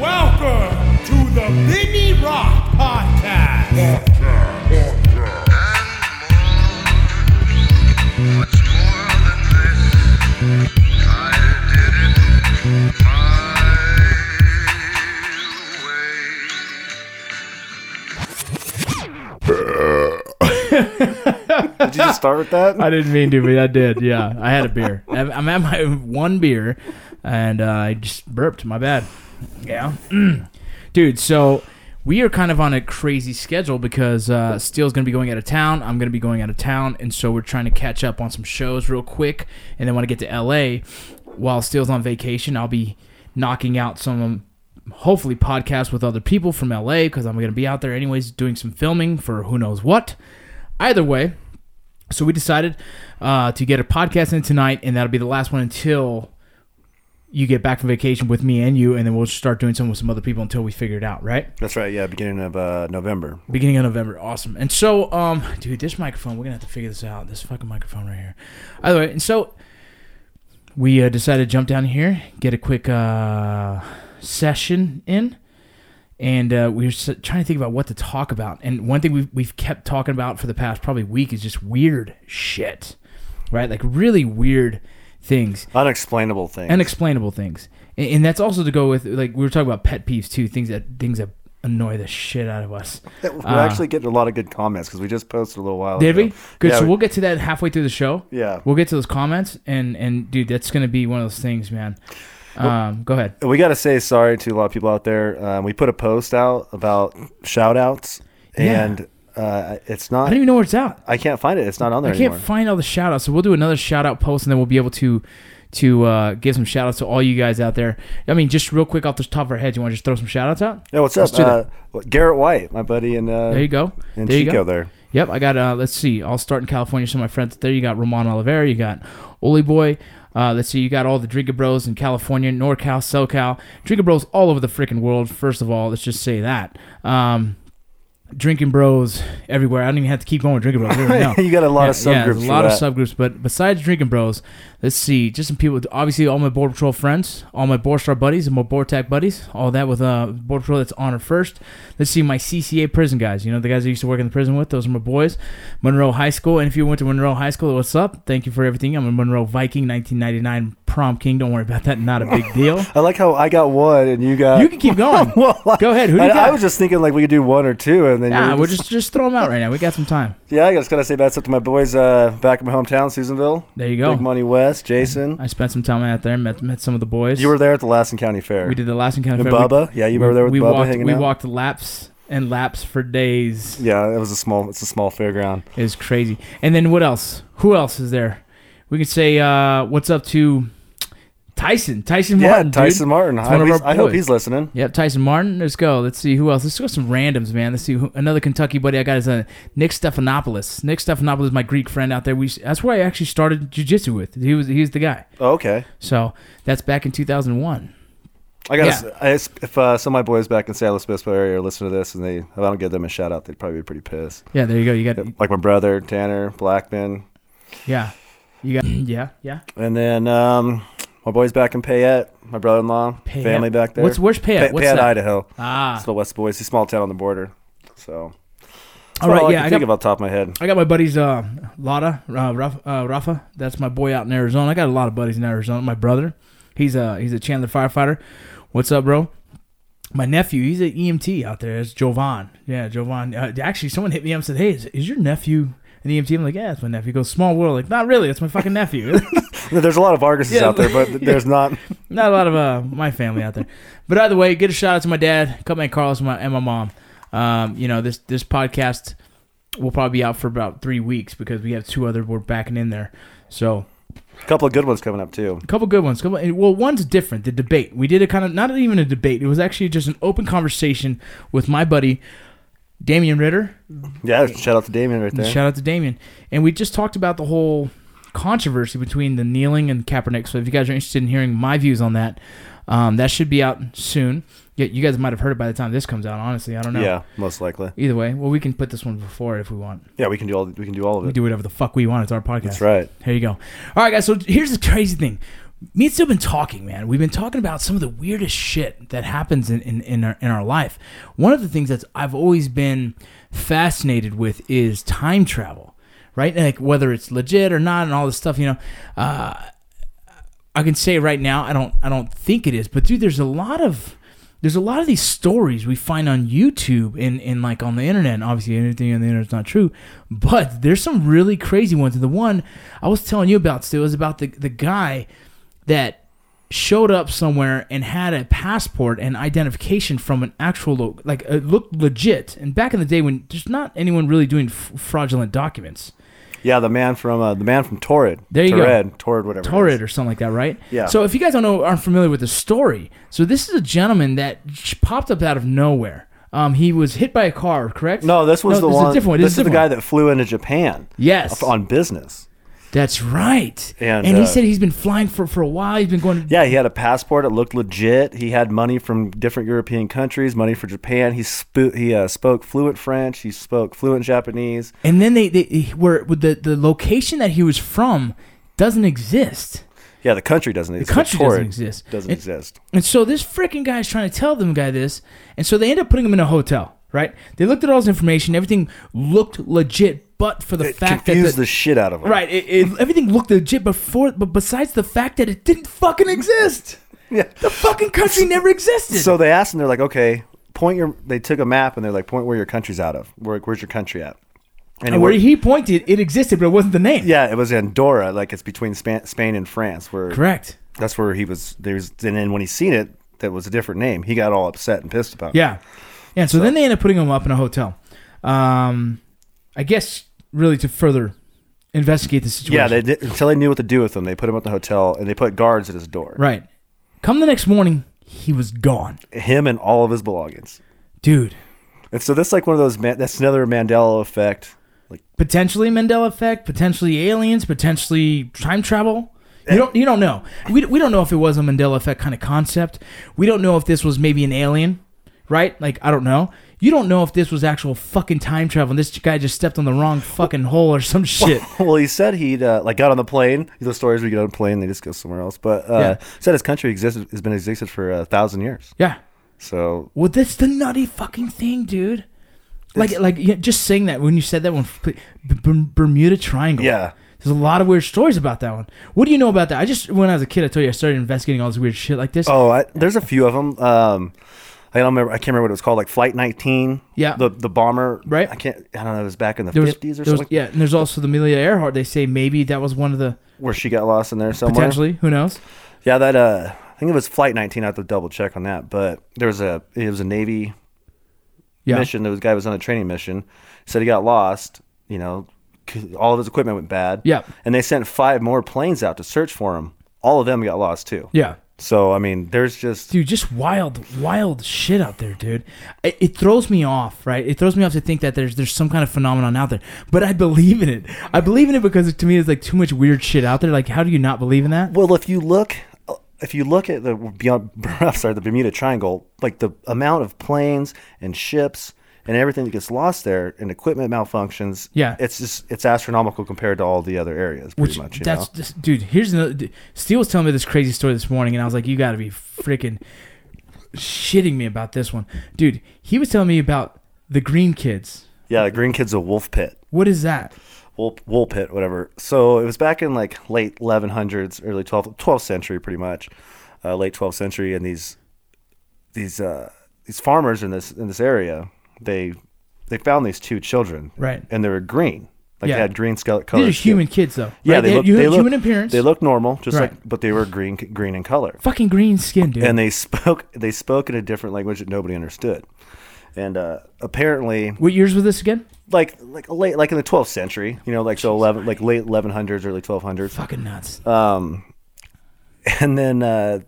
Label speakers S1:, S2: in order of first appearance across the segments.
S1: Welcome to the Vinny Rock Podcast.
S2: Did you just start with that?
S3: I didn't mean to, but I did. Yeah, I had a beer. I'm I'm at my one beer, and uh, I just burped. My bad. Yeah, Mm. dude. So we are kind of on a crazy schedule because uh, Steele's gonna be going out of town. I'm gonna be going out of town, and so we're trying to catch up on some shows real quick. And then when I get to LA, while Steele's on vacation, I'll be knocking out some um, hopefully podcasts with other people from LA because I'm gonna be out there anyways doing some filming for who knows what. Either way, so we decided uh, to get a podcast in tonight, and that'll be the last one until you get back from vacation with me and you, and then we'll start doing some with some other people until we figure it out, right?
S2: That's right. Yeah, beginning of uh, November.
S3: Beginning of November, awesome. And so, um, dude, this microphone, we're gonna have to figure this out. This fucking microphone right here. Either way, and so we uh, decided to jump down here, get a quick uh, session in, and uh, we were s- trying to think about what to talk about. And one thing we've we've kept talking about for the past probably week is just weird shit, right? Like really weird things
S2: Unexplainable thing.
S3: unexplainable things and, and that's also to go with like we were talking about pet peeves too things that things that annoy the shit out of us
S2: That- We're
S3: Uh,
S2: actually getting a lot of good comments because we just posted a little while
S3: did
S2: ago.
S3: we good
S2: Yeah,
S3: so
S2: we-
S3: we'll get to that halfway through the show
S2: Yeah.
S3: we'll get to those comments and and dude that's gonna be one of those things man um go ahead
S2: we got to say sorry to a lot of people out there. Um, we put a post out about shout outs,
S3: Yeah.
S2: and uh, it's
S3: i
S2: not,
S3: don't even know where it's at
S2: I can't find it. It's not on
S3: i
S2: there
S3: can't
S2: anymore.
S3: find all the shout outs so we'll do another shout out post and then we'll be able to to uh, give some shout outs to all you guys out there i mean just real quick off the top of our heads you want to just throw some shout outs out
S2: yeah, what's
S3: Let's
S2: up?
S3: do that.
S2: Uh, Garrett White, my buddy, and, uh,
S3: there you go
S2: and
S3: there you
S2: Chico
S3: go
S2: there.
S3: Yep, I got. Uh, let's see. I'll start in California. Some of my friends there. You got Ramon Oliveira. You got Oli Boy. Uh, let's see. You got all the Drinker Bros in California, NorCal, SoCal. Drinker Bros all over the freaking world. First of all, let's just say that. Um, drinking Bros everywhere. I don't even have to keep going with Drinking Bros. No.
S2: you got a lot of
S3: Yeah, yeah,
S2: subgroups.
S3: there's a lot
S2: for
S3: of
S2: that.
S3: subgroups, but besides drinking bros, let's see, just some people. Obviously, all my board patrol friends, all my board star buddies, and my board tac buddies, all that with uh board patrol that's honor first. Let's see my CCA prison guys. You know the guys I used to work in the prison with. Those are my boys. Monroe High School, and if you went to Monroe High School, what's up? Thank you for everything. I'm a Monroe Viking, 1999 prom king. Don't worry about that. Not a big deal.
S2: I like how I got one and you got.
S3: You can keep going.
S2: well,
S3: Go ahead. Who do
S2: I,
S3: you got?
S2: I was just thinking like we could do one or two, and then
S3: Nah,
S2: you
S3: we're just just throw them out right now. We got some time.
S2: Yeah, I just gotta say that's up to my boys uh, back in my hometown, Susanville.
S3: There you go.
S2: Big Money West, Jason.
S3: I spent some time out there. Met met some of the boys.
S2: You were there at the Lassen County Fair.
S3: we did the last encounter.
S2: And
S3: Fair. We-
S2: Bubba, yeah, you were there with
S3: we
S2: Bubba
S3: walked,
S2: hanging
S3: we
S2: out.
S3: walked laps and laps for days.
S2: yeah, it was a small. It's a small fairground.
S3: It was crazy. And then what else? Who else is there? We could say uh, what's up to Tyson. Tyson
S2: Yeah,
S3: Martin. dude.
S2: Tyson Martin.
S3: It's
S2: I,
S3: one
S2: hope
S3: of
S2: he's-
S3: our
S2: I hope
S3: boys.
S2: he's listening.
S3: Yep, Tyson Martin. Let's go. Let's see who else. Let's go some randoms, man. Let's see who, another Kentucky buddy I got is uh, Nick Stephanopoulos. Nick Stephanopoulos, my Greek friend out there. We that's where I actually started jujitsu with. He was he's the guy.
S2: Oh, okay,
S3: So that's back in 2001.
S2: I gotta.
S3: Yeah.
S2: s- I s if uh, some of my boys back in San Luis Obispo area listen to this and they, if I don't give them a shout out, they'd probably be pretty pissed.
S3: Yeah, there you go. You got
S2: Like my brother Tanner Blackman,
S3: yeah, you got yeah yeah.
S2: and then um, my boys back in Payette, my brother-in-law,
S3: Payette.
S2: family back there.
S3: What's where's Payette?
S2: Pay-
S3: What's
S2: Payette,
S3: that?
S2: Idaho.
S3: Ah,
S2: It's the West Boise, small town on the border. So.
S3: All
S2: That's
S3: right,
S2: all I
S3: yeah,
S2: can
S3: I
S2: think
S3: got-
S2: of off the top of my head.
S3: I got my buddies, uh, Lada, uh, Rafa, uh, Rafa. That's my boy out in Arizona. I got a lot of buddies in Arizona. My brother, he's a he's a Chandler firefighter. What's up, bro? My nephew, he's an EMT out there. It's Jovan. Yeah, Jovan. Uh, actually, someone hit me up and said, "Hey, is, is your nephew an EMT?" I'm like, "Yeah, it's my nephew." He goes, "Small world." Like, not really. It's my fucking nephew.
S2: No, There's a lot of Arguses
S3: Yeah.
S2: out there, but there's not.
S3: not a lot of uh, my family out there. But either way, get a shout out to my dad, Cutman Carlos, and my, and my mom. Um, you know this this podcast will probably be out for about three weeks because we have two other we're backing in there. So
S2: A couple of good ones coming up too.
S3: a couple good ones. Couple, and- well, one's different. The debate we did a kind of not even a debate. It was actually just an open conversation with my buddy Damian Ritter.
S2: Yeah, shout out to Damien right
S3: And
S2: there.
S3: Shout out to Damien. And we just talked about the whole controversy between the kneeling and Kaepernick. So if you guys are interested in hearing my views on that, um, that should be out soon. Yeah, you guys might have heard it by the time this comes out. Honestly, I don't know.
S2: Yeah, most likely.
S3: Either way, well, we can put this one before it if we want.
S2: Yeah, we can do all. We can do all of
S3: We
S2: it.
S3: do whatever the fuck we want. It's our podcast.
S2: That's right.
S3: Here you go. All right, guys. So here's the crazy thing. me and Stu have been talking, man. We've been talking about some of the weirdest shit that happens in, in, in, our, in our life. One of the things that's I've always been fascinated with is time travel, right? Like whether it's legit or not and all this stuff, you know. Uh, I can say right now, I don't I don't think it is, but dude, there's a lot of there's a lot of these stories we find on YouTube and, and like on the internet. And obviously, anything on the internet's not true, but there's some really crazy ones. And the one I was telling you about, Stu, was about the, the guy that showed up somewhere and had a passport and identification from an actual lo- like it looked legit. And back in the day when there's not anyone really doing f- fraudulent documents,
S2: Yeah, the man from uh, the man from Torrid.
S3: There you go.
S2: Torrid, Torrid, whatever. it is.
S3: Torrid or something like that, right?
S2: Yeah.
S3: So if you guys don't know, aren't familiar with the story, so this is a gentleman that sh- popped up out of nowhere. Um, he was hit by a car, correct?
S2: No, this was the
S3: is
S2: one.
S3: A different one.
S2: This, is the
S3: a different
S2: guy
S3: one.
S2: that flew into Japan.
S3: Yes.
S2: On business.
S3: That's right.
S2: And,
S3: he
S2: uh,
S3: said he's been flying for, for a while. He's been going.
S2: Yeah, he had a passport. It looked legit. He had money from different European countries, money for Japan. He spo- he uh, spoke fluent French. He spoke fluent Japanese.
S3: And then they they were with the the location that he was from doesn't exist.
S2: Yeah, the country doesn't exist.
S3: country doesn't
S2: Torrid
S3: exist.
S2: Doesn't
S3: It-
S2: exist.
S3: And so this freaking guy is trying to tell them guy this, and so they end up putting him in a hotel, right? They looked at all his information, everything looked legit, but for the
S2: It
S3: fact that
S2: confused the, shit out of him.
S3: right, it, it, everything looked legit before, but besides the fact that it didn't fucking exist,
S2: Yeah.
S3: the fucking country never existed.
S2: So they asked him. They're like, okay, point your. They took a map and they're like, point where your country's out of. Where, where's your country at?
S3: and where he pointed, it existed, but it wasn't the name.
S2: Yeah, it was Andorra. Like it's between Span- Spain and France. Where
S3: correct.
S2: that's where he was. There's and then when he seen it, that was a different name. He got all upset and pissed about. it.
S3: Yeah. Yeah. So, then they end up putting him up in a hotel. Um, I guess really to further investigate the situation.
S2: Yeah, they did, until they knew what to do with him, they put him at the hotel and they put guards at his door.
S3: right. Come the next morning, he was gone,
S2: Him and all of his belongings.
S3: dude.
S2: And so that's like one of those. Man, that's another Mandela effect. Like
S3: Potentially Mandela effect, potentially aliens, potentially time travel. You don't you don't know. We, we don't know if it was a Mandela effect kind of concept. We don't know if this was maybe an alien, right? Like I don't know. You don't know if this was actual fucking time travel. And this guy just stepped on the wrong fucking hole or some shit.
S2: well, he said he'd uh, like got on the plane. Those stories we get on a plane, they just go somewhere else. But uh,
S3: Yeah.
S2: said his country existed has been existed for a thousand years.
S3: Yeah.
S2: So
S3: Well, that's the nutty fucking thing, dude. Like, like yeah, just saying that when you said that one, B- B- Bermuda Triangle.
S2: Yeah.
S3: there's a lot of weird stories about that one. What do you know about that? I just when I was a kid, I told you I started investigating all this weird shit like this.
S2: Oh, I, there's a few of them. Um, I don't remember. I can't remember what it was called. Like Flight 19.
S3: Yeah.
S2: The the bomber.
S3: Right.
S2: I can't. I don't know. It was back in the
S3: there
S2: 50s
S3: was,
S2: or
S3: there was-
S2: something.
S3: yeah, and there's also the Amelia Earhart. They say maybe that was one of the
S2: Where she got lost in there somewhere.
S3: potentially. Who knows?
S2: Yeah. That. Uh. I think it was Flight 19. I have to double check on that. But there was a. It was a Navy
S3: Yeah,
S2: mission. There was a guy who was on a training mission. Said he got lost. You know, 'cause all of his equipment went bad.
S3: Yeah.
S2: And they sent five more planes out to search for him. All of them got lost too.
S3: yeah.
S2: So I mean, there's just.
S3: dude just wild wild shit out there dude it, it throws me off right it throws me off to think that there's there's some kind of phenomenon out there but i believe in it i believe in it because to me it's like too much weird shit out there like how do you not believe in that
S2: Well, if you look, if you look at the beyond, I'm sorry, the Bermuda Triangle, like the amount of planes and ships and everything that gets lost there, and equipment malfunctions.
S3: Yeah.
S2: it's just it's astronomical compared to all the other areas, pretty
S3: Which
S2: much. You
S3: that's
S2: know?
S3: just, dude here's another dude, steel was telling me this crazy story this morning and i was like you gotta be freaking shitting me about this one dude he was telling me about the green kids
S2: yeah. The Green Kid's a wolf pit,
S3: what is that
S2: wolf, wolf pit, whatever. So it was back in like late 1100s, early 12th 12th century, pretty much, uh, late 12th century, and these these uh, these farmers in this in this area they they found these two children
S3: Right.
S2: and they were green like
S3: Yeah.
S2: they had green scolor color
S3: these are human kids though
S2: yeah
S3: right?
S2: they, look,
S3: you
S2: they
S3: have
S2: look-
S3: human appearance
S2: they look normal just
S3: Right.
S2: like but they were green green in color
S3: fucking green skin dude
S2: and they spoke they spoke in a different language that nobody understood and uh, apparently
S3: what years was this again
S2: like like late like in the 12th century you know like so 11 like late 1100s early 1200s
S3: fucking nuts
S2: and then uh,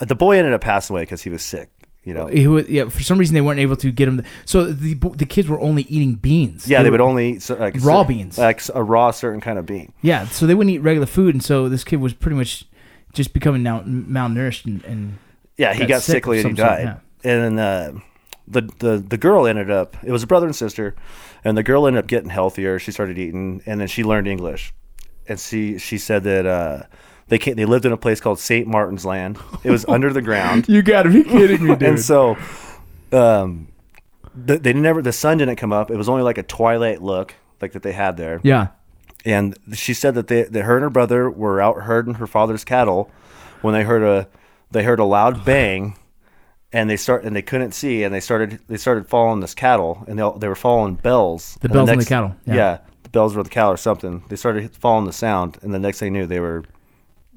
S2: the boy ended up passing away because he was sick you know
S3: He was, yeah, for some reason they weren't able to get him. The, so the bo- the kids were only eating beans.
S2: yeah, they
S3: were-
S2: would only eat cer- like
S3: Raw
S2: cer-
S3: beans.
S2: like a raw certain kind of bean.
S3: Yeah, so they wouldn't eat regular food, and so this kid was pretty much just becoming now malnourished and, and
S2: Yeah, he
S3: got
S2: got,
S3: sick
S2: sickly
S3: of
S2: and he
S3: some sort,
S2: died. And then uh, the, the the girl ended up. It was a brother and sister, and the girl ended up getting healthier. She started eating, and then she learned English, and she she said that uh, They came, they lived in a place called St. Martin's Land. It was under the ground,
S3: You gotta be kidding me, dude.
S2: and so um, the, they never the sun didn't come up. It was only like a twilight look like that they had there.
S3: yeah.
S2: And she said that they that her and her brother were out herding her father's cattle when they heard a they heard a loud bang. And they start and they couldn't see, and they started they started following this cattle, and they all- they were following bells.
S3: The bells and the cattle, yeah.
S2: Yeah. the bells were the cattle or something. They started following the sound, and the next thing they knew, they were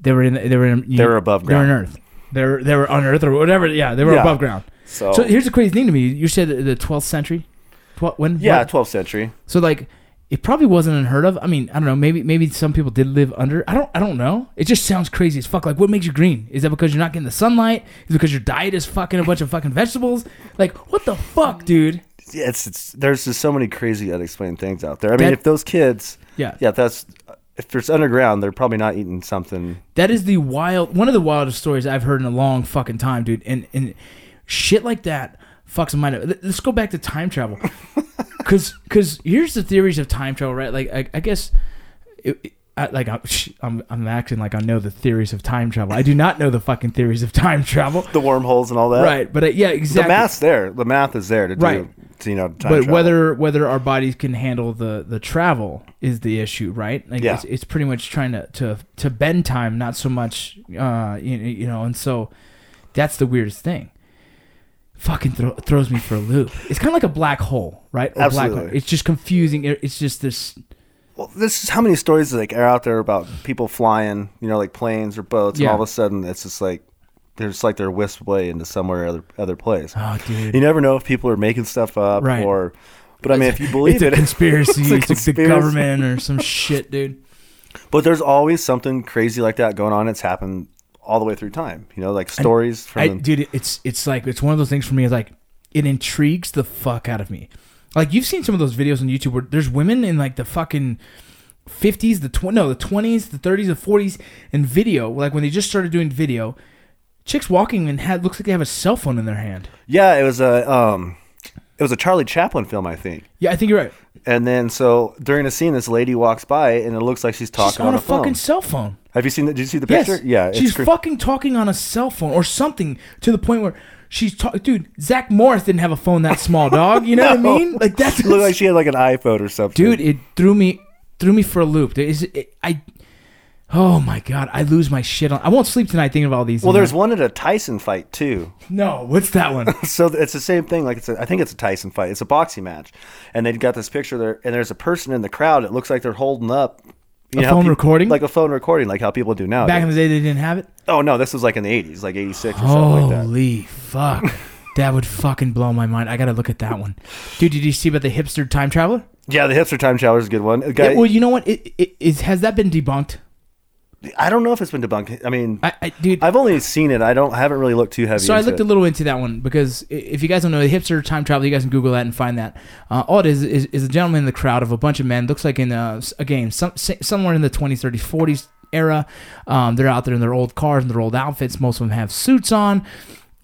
S3: They were in. They were in.
S2: They were above
S3: They were
S2: ground.
S3: in Earth. They were. They were on Earth or whatever. Yeah, they were
S2: Yeah.
S3: above ground.
S2: so,
S3: So here's the crazy thing to me. You said the 12th century. Tw- when?
S2: yeah,
S3: what?
S2: 12th century.
S3: So like, it probably wasn't unheard of. I mean, I don't know. Maybe maybe some people did live under. I don't. I don't know. It just sounds crazy as fuck. Like, what makes you green? Is that because you're not getting the sunlight? Is it because your diet is fucking a bunch of fucking vegetables? Like, what the fuck, dude?
S2: Yeah, it's, it's there's just so many crazy unexplained things out there. I mean,
S3: That-
S2: if those kids,
S3: Yeah.
S2: yeah, that's if it's underground, they're probably not eating something.
S3: That is the wild one of the wildest stories I've heard in a long fucking time, dude. And and shit like that fucks my mind up. Let- Let's go back to time travel, because because here's the theories of time travel, right? Like I, I guess, it, it- I, like I'm, I'm I'm acting like I know the theories of time travel. I do not know the fucking theories of time travel,
S2: The wormholes and all that,
S3: right? But uh, yeah,
S2: The
S3: exactly.
S2: math's there. The math is there to do.
S3: Right.
S2: To, you know, time
S3: but
S2: travel.
S3: whether whether our bodies can handle the the travel is the issue, right? Like
S2: Yeah.
S3: it's, it's pretty much trying to, to to bend time, not so much, uh, you, you know. And so that's the weirdest thing. Fucking thro- throws me for a loop. It's kind of like a black hole, right? Or Black hole.
S2: Absolutely.
S3: It's just confusing. It- It's just this.
S2: well, this is how many stories like are out there about people flying, you know, like planes or boats,
S3: Yeah.
S2: and all of a sudden it's just like they're just like they're whisked away into somewhere other other place.
S3: Oh, dude.
S2: You never know if people are making stuff up
S3: Right.
S2: or. But I mean, if you believe
S3: It's a
S2: it,
S3: conspiracy. it's,
S2: a
S3: the
S2: conspiracy.
S3: government or some shit, dude.
S2: But there's always something crazy like that going on. It's happened all the way through time. You know, like stories from.
S3: I, dude, it- it's it's like it's one of those things for me. Is like it intrigues the fuck out of me. Like you've seen some of those videos on YouTube where there's women in like the fucking fifties, the tw- no, the twenties, the thirties, the forties, and video. Like when they just started doing video, chicks walking and had looks like they have a cell phone in their hand.
S2: yeah, it was a um, it was a Charlie Chaplin film, I think.
S3: Yeah, I think you're right.
S2: And then so during a scene, this lady walks by and it looks like she's talking
S3: She's on, a,
S2: phone.
S3: fucking cell phone.
S2: Have you seen that? Did you see the
S3: Yes.
S2: picture? Yeah, it's
S3: She's
S2: cr-
S3: fucking talking on a cell phone or something to the point where she's talking. Dude, Zach Morris didn't have a phone that small, dog. You know what I mean? Like that's
S2: It looked like she had like an iPhone or something.
S3: dude it threw me threw me for a loop there is it, i oh my god i lose my shit on i won't sleep tonight thinking about all these
S2: Well, there's one at a Tyson fight too.
S3: no what's that one
S2: So th- it's the same thing. Like it's, a, I think it's a Tyson fight. It's a boxing match, and they've got this picture there, and there's a person in the crowd. It looks like they're holding up you
S3: A
S2: how
S3: phone
S2: peop-
S3: recording?
S2: like a phone recording, like how people do now.
S3: back in the day they didn't have it
S2: Oh no, this was like in the eighties, like eighty six or something like that.
S3: holy fuck that would fucking blow my mind i gotta look at that one dude did you see about the hipster time traveler
S2: Yeah, the hipster time traveler is a good one. A guy-
S3: Yeah, well you know what it, it is has that been debunked
S2: I don't know if it's been debunked. I mean, I,
S3: i, I dude
S2: have only seen it. I don't haven't really looked too heavy.
S3: So I
S2: into
S3: looked
S2: it.
S3: a little into that one because i- if you guys don't know the hipster time travel, you guys can Google that and find that. Uh, all it is, is is a gentleman in the crowd of a bunch of men. Looks like in a, a game, some s- somewhere in the 20s, 30s, 40s era. Um, they're out there in their old cars and their old outfits. Most of them have suits on.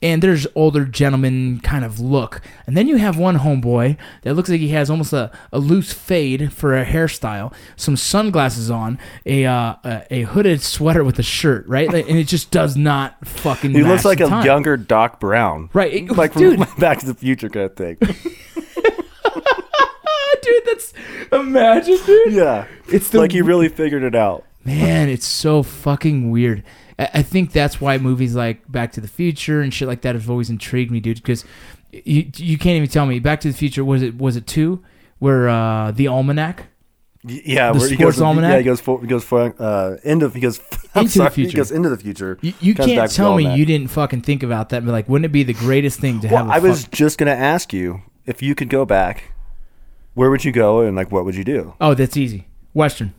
S3: And there's older gentleman kind of look, and then you have one homeboy that looks like he has almost a, a loose fade for a hairstyle, some sunglasses on, a uh, a, a hooded sweater with a shirt, right? Like, and it just does not fucking.
S2: He looks
S3: match
S2: like
S3: the
S2: a
S3: time.
S2: younger Doc Brown,
S3: Right, it-
S2: like from
S3: dude.
S2: Back to the Future kind of thing.
S3: dude, that's imagine, dude.
S2: yeah,
S3: It's the-
S2: like he really figured it out.
S3: Man, it's so fucking weird. I, I think that's why movies like Back to the Future and shit like that have always intrigued me, dude. Because you you can't even tell me Back to the Future was it was it two where uh, the almanac
S2: Y- Yeah,
S3: The
S2: where he
S3: sports
S2: goes,
S3: almanac?
S2: Yeah, he goes for he goes for uh, end of he goes. I'm
S3: Into the
S2: sorry,
S3: future.
S2: He goes into the future.
S3: you, you
S2: comes back
S3: can't
S2: with
S3: tell
S2: all
S3: me
S2: that.
S3: you didn't fucking think about that. But like, wouldn't it be the greatest thing to have?
S2: Well,
S3: a
S2: I was
S3: fuck-
S2: just gonna ask you if you could go back. Where would you go and like what would you do?
S3: oh, that's easy. Western.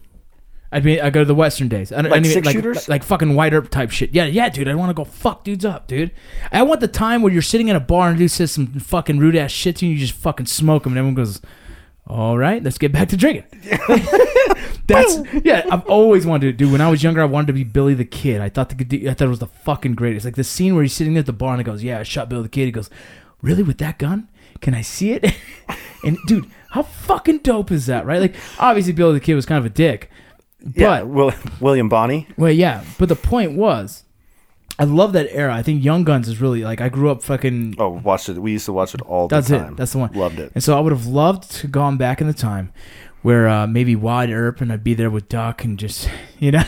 S3: I'd be. I go to the Western days. I don't,
S2: Like
S3: I don't even,
S2: six
S3: like,
S2: shooters?
S3: like fucking white herb type shit. Yeah, yeah, dude. I want to go fuck dudes up, dude. I want the time where you're sitting in a bar and dude says some fucking rude ass shit to you, and you just fucking smoke them, and everyone goes, "All right, let's get back to drinking." That's yeah. I've always wanted to do. When I was younger, I wanted to be Billy the Kid. I thought the I thought it was the fucking greatest. Like the scene where he's sitting at the bar and he goes, "Yeah, I shot Billy the Kid." He goes, "Really with that gun? Can I see it?" and dude, how fucking dope is that, right? Like obviously Billy the Kid was kind of a dick.
S2: Yeah,
S3: But
S2: Will, William Bonney.
S3: well, yeah. But the point was, I love that era. I think Young Guns is really like I grew up fucking.
S2: Oh, watched it. We used to watch it all
S3: that's
S2: the time.
S3: it. That's the one.
S2: Loved it.
S3: And so I would have loved to gone back in the time where uh, maybe Wide Earp and I'd be there with Doc and just you know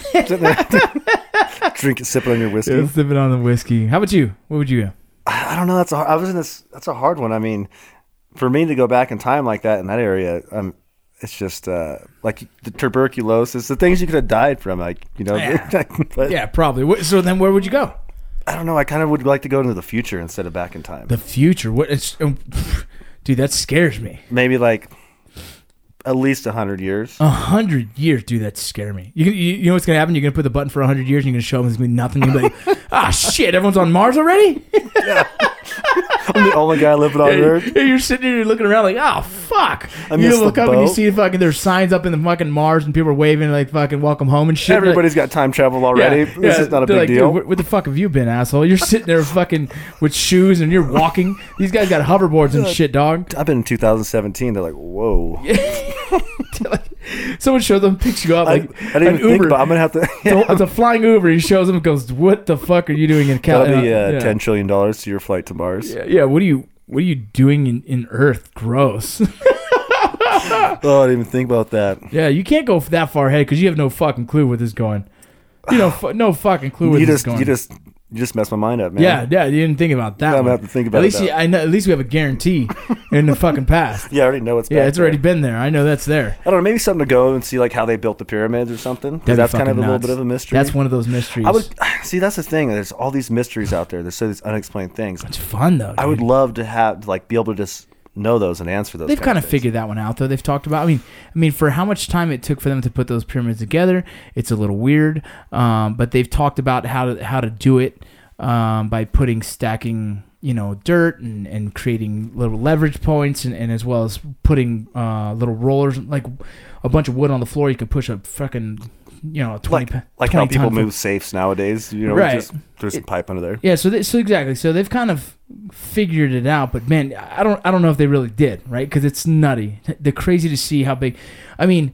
S2: Drink, sip it on your whiskey.
S3: sipping on the whiskey. How about you? What would you go?
S2: I don't know. That's a, I was in this. That's a hard one. I mean, for me to go back in time like that in that area, um, it's just uh, like the tuberculosis, the things you could have died from. Like you know,
S3: Yeah.
S2: but
S3: Yeah, probably. Wh- So then, where would you go?
S2: I don't know. I kind of would like to go into the future instead of back in time.
S3: The future. What? It's, um, dude, that scares me.
S2: Maybe like at least a hundred years.
S3: A hundred years, dude, that scare me. You, you, you know what's gonna happen? You're gonna put the button for a hundred years, and you're gonna show them there's gonna be nothing. You're gonna be like, ah, shit, everyone's on Mars already.
S2: I'm the only guy living on Earth.
S3: And you're sitting here, you're looking around like, oh fuck.
S2: I
S3: you
S2: missed
S3: look
S2: the
S3: up and you
S2: boat.
S3: see fucking there's signs up in the fucking Mars, and people are waving like fucking welcome home and shit. You're like,
S2: Everybody's got time travel
S3: yeah,
S2: already. this
S3: yeah.
S2: is not a
S3: They're
S2: big
S3: like,
S2: deal.
S3: "Dude, Where, where the fuck have you been, asshole? You're sitting there fucking with shoes and you're walking. These guys got hoverboards and shit, dog.
S2: I've been in 2017. They're like, whoa.
S3: Someone showed them, picks you up
S2: I, I
S3: like
S2: didn't
S3: an
S2: even think
S3: Uber.
S2: about. I'm gonna have to.
S3: It's a- it's a flying Uber. He shows him and goes, "What the fuck are you doing in Cal?"
S2: That'll be
S3: uh,
S2: uh,
S3: yeah.
S2: ten trillion dollars to your flight to Mars.
S3: Yeah, yeah, what are you? What are you doing in, in Earth? Gross.
S2: Oh, I didn't even think about that.
S3: yeah, you can't go that far ahead because you have no fucking clue where this is going. You know, fu- no fucking clue where
S2: you
S3: this is
S2: just
S3: going.
S2: you just you just messed my mind up, man.
S3: yeah, yeah, you didn't think about that.
S2: I'm gonna
S3: one.
S2: have to think about
S3: At least
S2: that.
S3: you- I know. At least we have a guarantee in the fucking past.
S2: yeah. I already know it's
S3: Yeah,
S2: back
S3: it's already
S2: there.
S3: been there. I know that's there.
S2: I don't know. Maybe something to go and see like how they built the pyramids or something. 'cause
S3: That'd be
S2: that's kind of a
S3: fucking
S2: little
S3: nuts.
S2: bit of a mystery.
S3: That's one of those mysteries.
S2: I would see. That's the thing. There's all these mysteries out there. There's so these unexplained things.
S3: it's fun though.
S2: I
S3: dude.
S2: would love to have like be able to just know those and answer those.
S3: They've kind of
S2: things.
S3: figured that one out, though. They've talked about. I mean, I mean, for how much time it took for them to put those pyramids together, it's a little weird. Um, but they've talked about how to how to do it um, by putting stacking, you know, dirt and, and creating little leverage points, and, and as well as putting uh, little rollers like a bunch of wood on the floor. You could push a fucking, you know, a
S2: like
S3: twenty pa-
S2: like how
S3: 20 ton
S2: people
S3: full-
S2: move safes nowadays. You know,
S3: Right.
S2: just there's a pipe under there.
S3: yeah, so they, so exactly. So they've kind of figured it out, but man, I don't I don't know if they really did, right? Because it's nutty. They're crazy to see how big. I mean,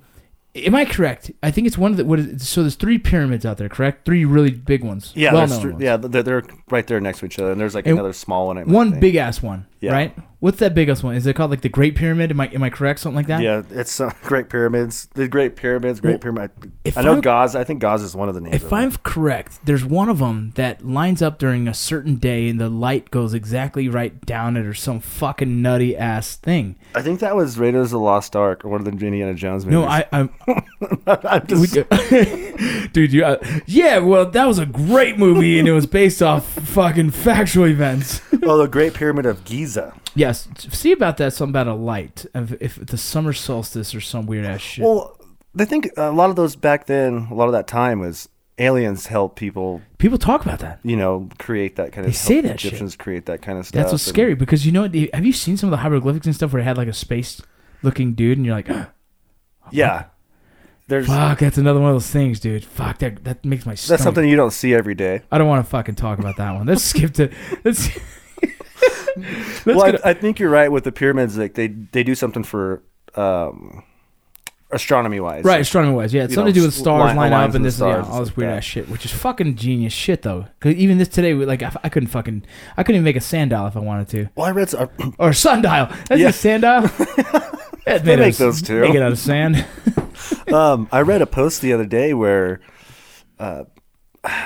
S3: am I correct? I think it's one of the what is, so there's three pyramids out there, correct? Three really big ones.
S2: Yeah,
S3: well
S2: there's thr-
S3: known.
S2: yeah, they're, they're right there next to each other, and there's like
S3: And
S2: another small one. I
S3: One
S2: think.
S3: big ass one,
S2: Yeah.
S3: right? What's that big ass one? Is it called like the Great Pyramid? Am I am I correct? Something like that?
S2: Yeah, it's uh, Great Pyramids. The Great Pyramids, Great Pyramid.
S3: if
S2: I know
S3: I'm-
S2: Gaza. I think Gaza is one of the names.
S3: If
S2: of it.
S3: I'm correct, there's one of them that lines up during a certain day, and the light goes exactly right down it, or some fucking nutty ass thing.
S2: I think that was Raiders of the Lost Ark or one of the Indiana Jones movies.
S3: No, I, I'm
S2: I'm just,
S3: We- dude, you, uh, yeah, well, that was a great movie, and it was based off fucking factual events.
S2: oh, the Great Pyramid of Giza.
S3: yes, see about that something about a light of if the summer solstice or some weird ass shit.
S2: Well, they think a lot of those back then. A lot of that time was aliens help people.
S3: People talk about that.
S2: You know, create that kind of.
S3: They say
S2: help
S3: that shit.
S2: Egyptians create that kind of stuff.
S3: That's what's
S2: and-
S3: scary because you know, the- have you seen some of the hieroglyphics and stuff where it had like a space looking dude, and you're like,
S2: Yeah, there's
S3: fuck, that's another one of those things, dude. Fuck, that that makes my stomach.
S2: that's something you don't see every day.
S3: I don't want to fucking talk about that one. Let's skip to let's. let's
S2: well,
S3: get-
S2: I, I think you're right with the pyramids. Like they they do something for um, astronomy wise,
S3: Right, astronomy wise, yeah, it's
S2: you
S3: something
S2: know,
S3: to do with
S2: s-
S3: stars
S2: line-
S3: line,
S2: lines
S3: up and
S2: and
S3: this, yeah,
S2: stars and
S3: all this
S2: stuff
S3: weird
S2: like
S3: ass
S2: that.
S3: shit, which is fucking genius shit though. 'Cause even this today, we- like I, f- I couldn't fucking, I couldn't even make a sundial if I wanted to,
S2: Well, I read. uh, Some,
S3: or a sundial. That's
S2: Yeah.
S3: a sundial. That made
S2: make
S3: us-
S2: those too.
S3: Make it out of sand.
S2: um, I read a post the other day where uh,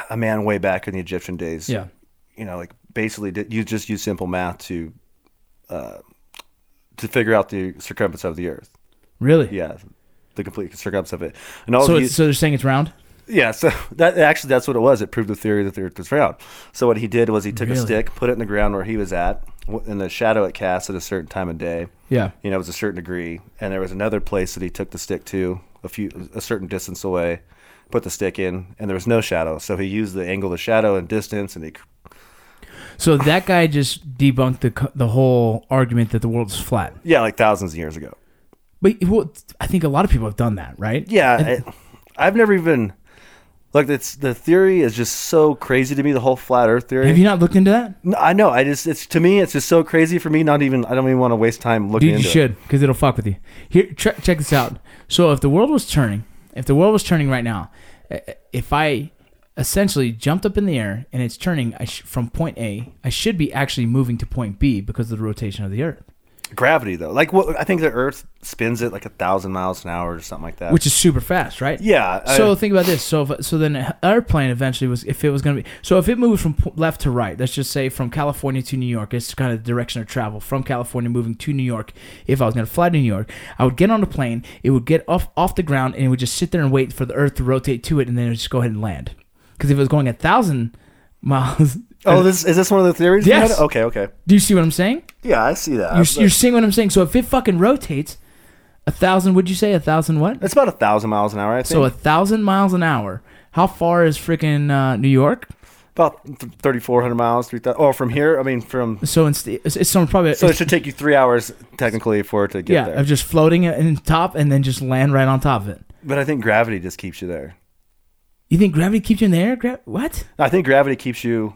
S2: a man way back in the Egyptian days,
S3: yeah,
S2: you know, like basically did, you just use simple math to uh, to figure out the circumference of the Earth.
S3: really.
S2: Yeah, the complete circumference of it. And all
S3: So,
S2: of you,
S3: it's, so they're saying it's round.
S2: yeah, so that actually that's what it was. It proved the theory that the Earth was round. So what he did was he took
S3: Really?
S2: a stick, put it in the ground where he was at, w- in the shadow it cast at a certain time of day.
S3: Yeah.
S2: you know, it was a certain degree, and there was another place that he took the stick to a few a certain distance away, put the stick in, and there was no shadow. So he used the angle of shadow and distance, and he
S3: So that guy just debunked the co- the whole argument that the world's flat.
S2: yeah, like thousands of years ago.
S3: But well, I think a lot of people have done that, right?
S2: Yeah, I, I've never even like it's the theory is just so crazy to me. The whole flat Earth theory.
S3: Have you not looked into that?
S2: No, I know. I just it's to me it's just so crazy for me. Not even I don't even want to waste time looking
S3: Dude, you
S2: into it.
S3: should because it'll fuck with you. Here, check check this out. So if the world was turning if the world was turning right now, uh, if I essentially jumped up in the air and it's turning I sh- from point A, I should be actually moving to point B because of the rotation of the Earth,
S2: Gravity though, like what I think the Earth spins it like a thousand miles an hour or something like that.
S3: which is super fast, right?
S2: yeah. I-
S3: So think about this. So if, so then our plane eventually was if it was going to be so if it moved from p- left to right. Let's just say from California to New York. It's kind of the direction of travel from California moving to New York. If I was going to fly to New York, I would get on the plane. It would get off off the ground and it would just sit there and wait for the Earth to rotate to it and then it would just go ahead and land. Because if it was going a thousand miles,
S2: oh, this is this one of the theories? you
S3: Yes.
S2: had? Okay. Okay.
S3: do you see what I'm saying?
S2: Yeah, I see that.
S3: You're,
S2: But
S3: you're seeing what I'm saying. So if it fucking rotates, a thousand. Would you say a thousand what?
S2: it's about a thousand miles an hour. I think.
S3: So a thousand miles an hour. How far is freaking uh, New York?
S2: about th- 3,400 miles, 3,000. Oh, from here? I mean, from.
S3: So instead, it's, it's some probably
S2: So it
S3: it's-
S2: should take you three hours technically for it to get
S3: yeah
S2: there.
S3: of just floating it in top and then just land right on top of it.
S2: but I think gravity just keeps you there.
S3: You think gravity keeps you in the air? Gra- what?
S2: I think gravity keeps you.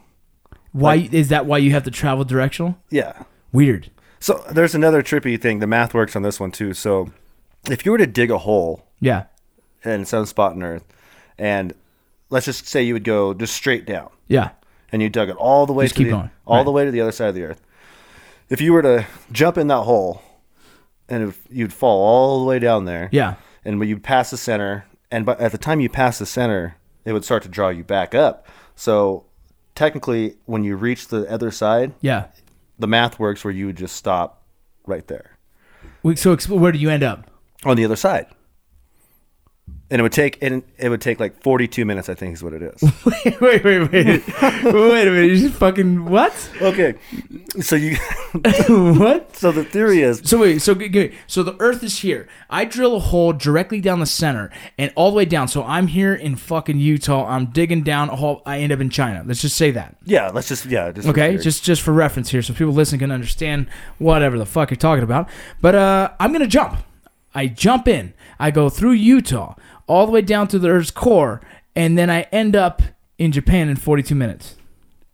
S3: Why is that? Why you have to travel directional?
S2: Yeah.
S3: Weird.
S2: So there's another trippy thing. The math works on this one too. So if you were to dig a hole
S3: Yeah,
S2: in some spot on Earth, and let's just say you would go just straight down,
S3: yeah,
S2: and you dug it all the way
S3: Just
S2: to
S3: keep
S2: the,
S3: going.
S2: all
S3: Right.
S2: the way to the other side of the Earth. If you were to jump in that hole, and if you'd fall all the way down there,
S3: yeah.
S2: and when you pass the center, and by, at the time you pass the center, it would start to draw you back up. So technically, when you reach the other side,
S3: Yeah.
S2: the math works where you would just stop right there
S3: We- So exp- where do you end up?
S2: on the other side. And it would take and it would take like 42 minutes, I think is what it is.
S3: wait, wait, wait, wait a minute! You just fucking what?
S2: okay, so you
S3: what?
S2: so the theory is
S3: So wait, so g- g- so the Earth is here. I drill a hole directly down the center and all the way down. So I'm here in fucking Utah. I'm digging down a hole. I end up in China. Let's just say that.
S2: yeah. Let's just yeah. Just
S3: Okay,
S2: theory.
S3: just just for reference here, so people listening can understand whatever the fuck you're talking about. But uh, I'm gonna jump. I jump in. I go through Utah all the way down to the Earth's core, and then I end up in Japan in 42 minutes.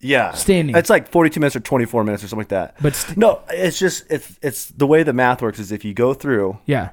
S2: yeah.
S3: standing.
S2: It's like 42 minutes or 24 minutes or something like that.
S3: But st-
S2: no, it's just it's it's the way the math works is if you go through
S3: Yeah.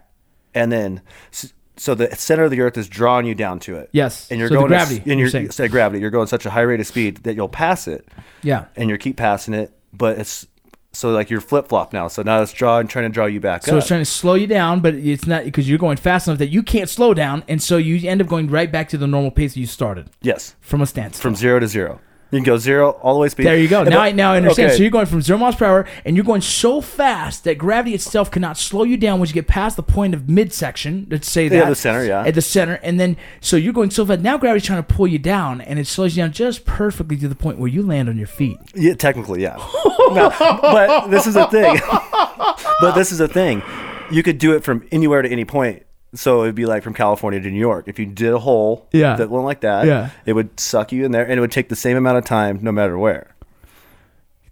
S2: and then s- so the center of the earth is drawing you down to it.
S3: Yes.
S2: and you're
S3: So the
S2: going at s-
S3: gravity,
S2: and
S3: you're
S2: you're,
S3: saying.
S2: say gravity. You're going such a high rate of speed that you'll pass it,
S3: Yeah.
S2: and you keep passing it, but it's so like you're flip flop now. So now it's drawing, trying to draw you back
S3: So
S2: up.
S3: it's trying to slow you down, but it's not because you're going fast enough that you can't slow down, and so you end up going right back to the normal pace that you started
S2: yes,
S3: from a standstill.
S2: from zero to zero, you can go zero all the way speed.
S3: There you go.
S2: And
S3: Now
S2: the-
S3: I now I understand.
S2: okay.
S3: So you're going from zero miles per hour, and you're going so fast that gravity itself cannot slow you down once you get past the point of midsection. Let's say that
S2: the center, yeah.
S3: at the center, and then so you're going so fast. Now gravity's trying to pull you down, and it slows you down just perfectly to the point where you land on your feet.
S2: Yeah, technically, yeah. No, but this is a thing. but this is a thing. You could do it from anywhere to any point. So it'd be like from California to New York. If you did a hole
S3: Yeah.
S2: that went like that,
S3: Yeah.
S2: it would suck you in there and it would take the same amount of time no matter where.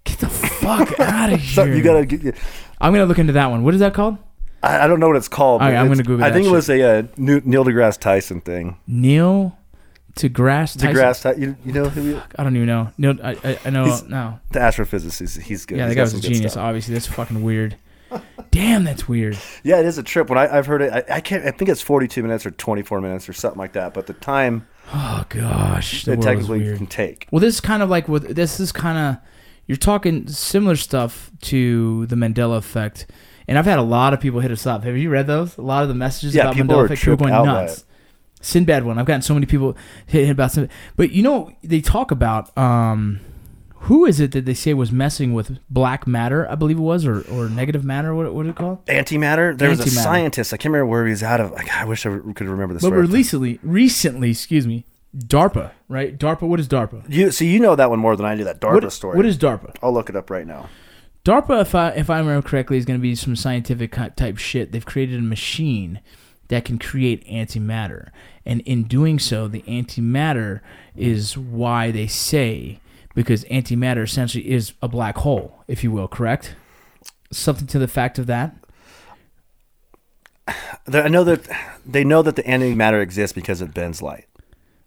S3: Get the fuck out of here!
S2: So you gotta. get-
S3: I'm gonna look into that one. What is that called?
S2: I I don't know what it's called. but
S3: Alright, I'm
S2: it's-
S3: gonna Google
S2: I
S3: that
S2: think
S3: shit.
S2: it was a uh, New- Neil deGrasse Tyson thing.
S3: Neil to grass.
S2: DeGrasse, Ty- you, you know who he,
S3: I don't even know. Neil, I, I, I know.
S2: He's-
S3: no.
S2: the astrophysicist? He's good.
S3: Yeah,
S2: He's got
S3: that guy was
S2: some
S3: a
S2: good
S3: genius.
S2: stuff.
S3: Obviously, that's fucking weird. Damn, that's weird.
S2: Yeah, it is a trip. When I, I've heard it, I, I can't. I think it's 42 minutes or 24 minutes or something like that. But the time
S3: Oh gosh, the
S2: it
S3: world is
S2: technically
S3: weird.
S2: can take.
S3: Well, this is kind of like with this is kind of you're talking similar stuff to the Mandela effect, and I've had a lot of people hit us up. Have you read those? A lot of the messages
S2: Yeah,
S3: about
S2: people
S3: Mandela
S2: are
S3: effect, people are
S2: tripped
S3: going
S2: out by
S3: nuts. Sinbad one. I've gotten so many people hit, hit about Sinbad. But you know, they talk about um, who is it that they say was messing with black matter? I believe it was, or, or negative matter. What what is it called?
S2: Antimatter. There was a
S3: Antimatter.
S2: scientist. I can't remember where he was out of. Like, I wish I could remember this.
S3: But recently, recently, excuse me, DARPA. Right? DARPA. What is DARPA?
S2: you so you know that one more than I do. That DARPA
S3: What-
S2: story.
S3: What is DARPA?
S2: I'll look it up right now.
S3: DARPA, if I if I remember correctly, is going to be some scientific ki- type shit. They've created a machine that can create antimatter, and in doing so, the antimatter is why they say because antimatter essentially is a black hole, if you will, correct? Something to the fact of that.
S2: There- I know that they know that the antimatter exists because it bends light.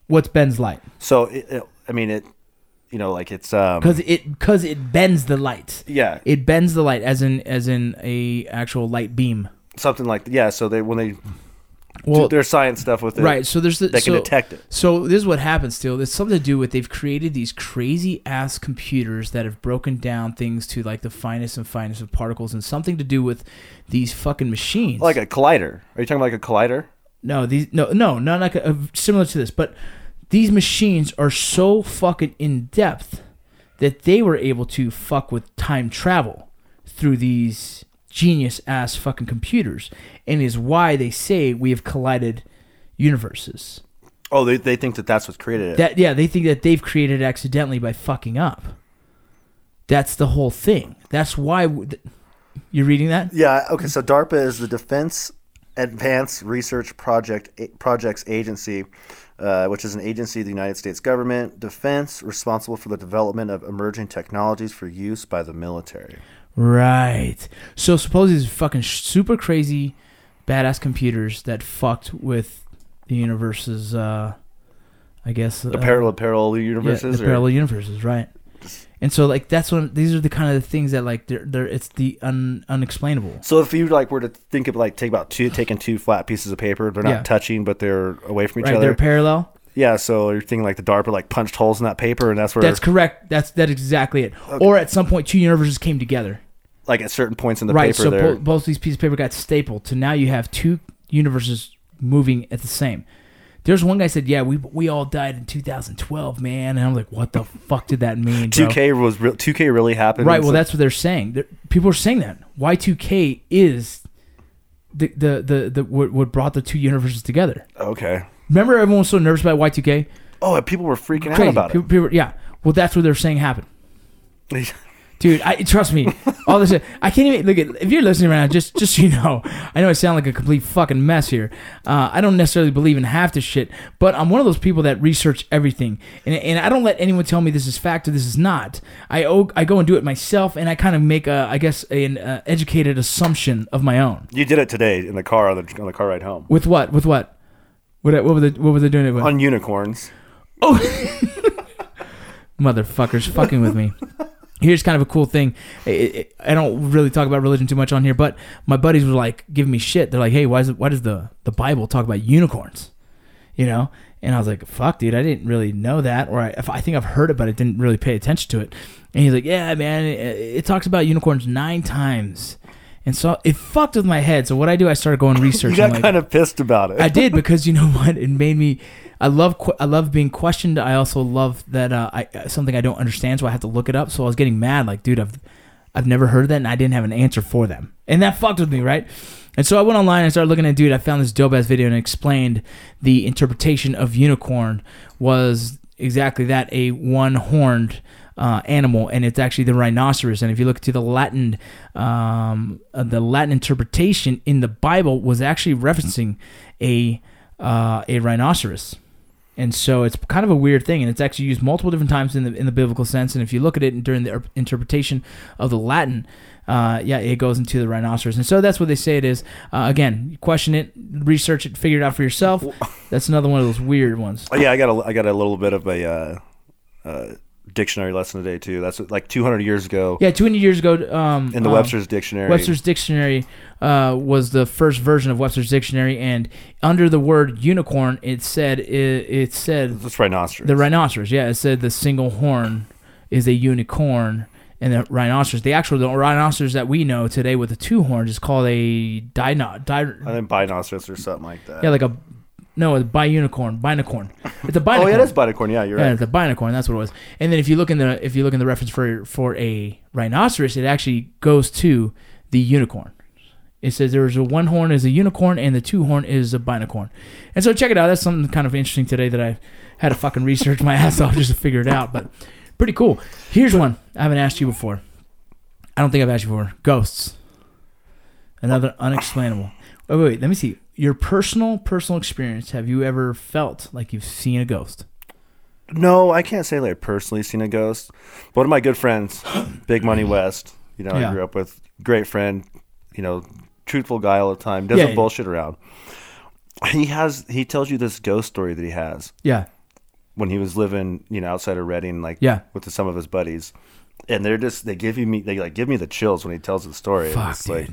S3: What's Ben's light?
S2: So it, it, I mean it. You know, like it's um.
S3: Because it because it bends the light.
S2: Yeah.
S3: It bends the light as in as in a actual light beam.
S2: something like yeah. So they when they
S3: Well,
S2: there's science stuff with it.
S3: right. So there's the,
S2: that can
S3: so-
S2: detect it.
S3: So this is what happens. Still, it's something to do with they've created these crazy ass computers that have broken down things to like the finest and finest of particles, and something to do with these fucking machines.
S2: Like a collider. Are you talking about like a collider?
S3: No, these no no not like a, similar to this, but these machines are so fucking in depth that they were able to fuck with time travel through these genius ass fucking computers, and is why they say we have collided universes.
S2: Oh, they, they think that that's what created it.
S3: That yeah, they think that they've created it accidentally by fucking up. That's the whole thing. That's why w- th- you're reading that.
S2: yeah. Okay. So DARPA is the Defense Advanced Research Project A- Projects Agency, uh, which is an agency of the United States government defense responsible for the development of emerging technologies for use by the military.
S3: Right. So suppose these fucking sh- super crazy, badass computers that fucked with the universe's, uh, I guess uh,
S2: The parallel parallel universes.
S3: yeah, the
S2: or-
S3: parallel universes, right? And so like that's when these are the kind of the things that like they're, they're it's the un, unexplainable.
S2: So if you like were to think of like take about two taking two flat pieces of paper, they're not
S3: Yeah.
S2: touching, but they're away from each
S3: Right,
S2: other.
S3: they're parallel.
S2: yeah, so you're thinking like the DARPA like punched holes in that paper, and that's where
S3: That's correct. That's that's exactly it. Or at some point, two universes came together.
S2: like at certain points in the
S3: right.
S2: paper
S3: So
S2: there.
S3: bo- both these pieces of paper got stapled. To now you have two universes moving at the same. There's one guy said, "Yeah, we we all died in 2012, man," and I'm like, "What the fuck did that mean?" bro?"
S2: 2K was real 2K really happened.
S3: Right.
S2: It's
S3: Well,
S2: like-
S3: that's what they're saying. They're, people are saying that Y2K is the the the, the what, what brought the two universes together.
S2: okay.
S3: Remember, everyone was so nervous about Y2K.
S2: Oh, and people were freaking
S3: Crazy.
S2: out about
S3: people, people- yeah. Well, that's what they're saying happened.
S2: it.
S3: Dude, I trust me. All this, I can't even look at. If you're listening right now, just just so you know, I know I sound like a complete fucking mess here. Uh, I don't necessarily believe in half this shit, but I'm one of those people that research everything, and, and I don't let anyone tell me this is fact or this is not. I o- I go and do it myself, and I kind of make a, I guess, an uh, educated assumption of my own.
S2: you did it today in the car on the, on the car ride home
S3: With what? With what? What? What were they? What were they doing it with?
S2: on unicorns.
S3: motherfuckers fucking with me. Here's kind of a cool thing. I- I I don't really talk about religion too much on here, but my buddies were like giving me shit. They're like, "Hey, why is it, why does the the Bible talk about unicorns?" You know, and I was like, "Fuck, dude, I didn't really know that, or I, if- I think I've heard it, but I didn't really pay attention to it." And he's like, "Yeah, man, it, it talks about unicorns nine times." And so it fucked with my head. So what I do, I started going research.
S2: You got
S3: I'm like,
S2: kind of pissed about it.
S3: I did because you know what? It made me. I love. que- I love being questioned. I also love that uh, I something I don't understand, so I have to look it up. So I was getting mad, like, dude, I've I've never heard that, and I didn't have an answer for them, and that fucked with me, right? And so I went online and started looking at, dude, I found this dope ass video and it explained the interpretation of unicorn was exactly that a one horned uh, animal, and it's actually the rhinoceros. And if you look to the Latin, um, uh, the Latin interpretation in the Bible was actually referencing a uh, a rhinoceros. And so it's kind of a weird thing, and it's actually used multiple different times in the in the biblical sense. And if you look at it during the er- interpretation of the Latin, uh, yeah, it goes into the rhinoceros. And so that's what they say it is. Uh, again, you question it, research it, figure it out for yourself. That's another one of those weird ones.
S2: Oh, yeah, I got a, I got a little bit of a uh, uh, dictionary lesson today too. That's like 200 years ago
S3: Yeah, 200 years ago, um,
S2: in the
S3: um,
S2: Webster's dictionary.
S3: Webster's Dictionary uh, was the first version of Webster's Dictionary, and under the word unicorn, it said it, it said
S2: That's rhinoceros.
S3: The rhinoceros, yeah. It said the single horn is a unicorn, and the rhinoceros, the actual the rhinoceros that we know today with the two horns, is called a dino,
S2: I
S3: di,
S2: think binoceros or something like that.
S3: yeah, like a no, a biunicorn, binicorn. It's a binicorn.
S2: oh, yeah, it is binocorn. Yeah, you're
S3: Yeah,
S2: right.
S3: it's a binicorn. That's what it was. And then if you look in the if you look in the reference for for a rhinoceros, it actually goes to the unicorn. It says there is a one horn is a unicorn and the two horn is a binicorn. And so check it out. That's something kind of interesting today that I had to fucking research my ass off just to figure it out. But pretty cool. Here's one I haven't asked you before. I don't think I've asked you before. Ghosts. Another unexplainable. Wait, wait, wait. Let me see. Your personal personal experience. Have you ever felt like you've seen a ghost?
S2: No, I can't say that I've personally seen a ghost. But one of my good friends, Big Money West, you know,
S3: Yeah.
S2: I grew up with, great friend, you know, truthful guy all the time, doesn't
S3: yeah.
S2: bullshit around. He has he tells you this ghost story that he has.
S3: Yeah.
S2: when he was living, you know, outside of Reading, like
S3: Yeah.
S2: with the, some of his buddies, and they're just they give you me they like give me the chills when he tells the story.
S3: Fuck,
S2: It's like-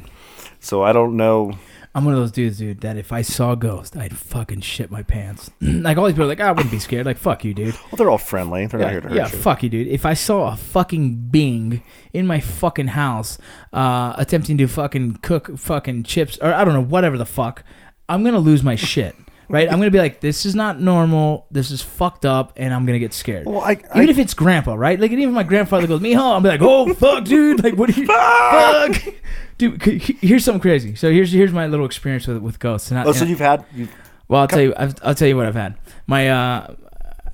S2: so I don't know.
S3: I'm one of those dudes, dude, that if I saw a ghost, I'd fucking shit my pants. like all these people are like, "Ah, I wouldn't be scared. Like, fuck you, dude.
S2: Well, they're all friendly. They're not here to hurt
S3: yeah,
S2: you.
S3: fuck you, dude. If I saw a fucking being in my fucking house, uh, attempting to fucking cook fucking chips or I don't know whatever the fuck, I'm gonna lose my shit. Right? I'm gonna be like, this is not normal. This is fucked up, and I'm gonna get scared.
S2: Well, I-
S3: even
S2: I-
S3: if it's grandpa, right? Like, even if my grandfather goes, "Mijo," I'm like, oh fuck, dude. Like, what are you? fuck, dude. c- c- Here's something crazy. So here's here's my little experience with with ghosts. And I,
S2: Oh, so
S3: and I-
S2: you've had you
S3: well, I'll tell you. I've, I'll tell you what I've had. My uh,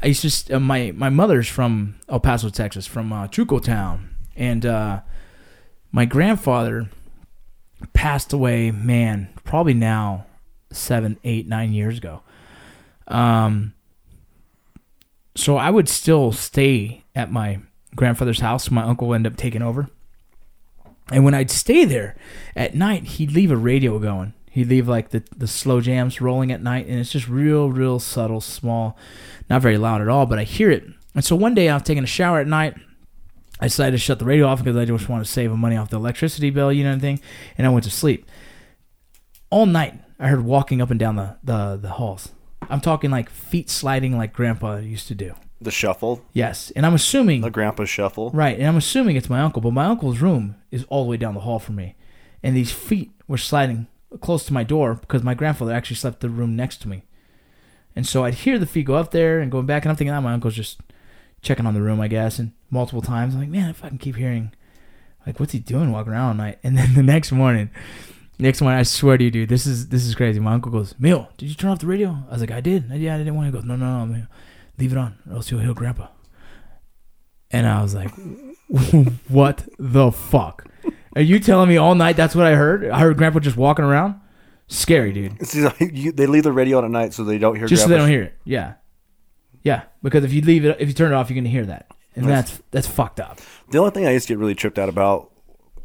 S3: I used to s- uh, my my mother's from El Paso, Texas, from uh, Chuco Town, and uh, my grandfather passed away. Man, probably now seven, eight, nine years ago. Um, so I would still stay at my grandfather's house. My uncle ended up taking over. And when I'd stay there at night, he'd leave a radio going. He'd leave like the, the slow jams rolling at night, and it's just real, real subtle, small, not very loud at all, but I hear it. And so one day I was taking a shower at night. I decided to shut the radio off because I just wanted to save money off the electricity bill, you know, and thing. And I went to sleep. All night, I heard walking up and down the, the, the halls. I'm talking like feet sliding like grandpa used to do.
S2: the shuffle,
S3: Yes. And I'm assuming.
S2: the grandpa shuffle.
S3: Right, and I'm assuming it's my uncle, but my uncle's room is all the way down the hall from me, and these feet were sliding close to my door because my grandfather actually slept the room next to me, and so I'd hear the feet go up there and going back, and I'm thinking, ah, my uncle's just checking on the room, I guess, and multiple times, I'm like, man, if I can keep hearing, like, what's he doing walking around all night? And then the next morning, next morning, I swear to you, dude, this is this is crazy. My uncle goes, Mill, did you turn off the radio? I was like, I did, yeah, I didn't want to. He goes, no, no, no, Mill, leave it on, or else you'll hear grandpa. And I was like, what the fuck? Are you telling me all night that's what I heard? I heard Grandpa just walking around? Scary, dude.
S2: It's like you, they leave the radio on at night so they don't hear.
S3: Just so
S2: grandpa
S3: they don't hear it. Yeah. Yeah. Because if you leave it, if you turn it off, you're going to hear that. And that's that's fucked up.
S2: The only thing I used to get really tripped out about,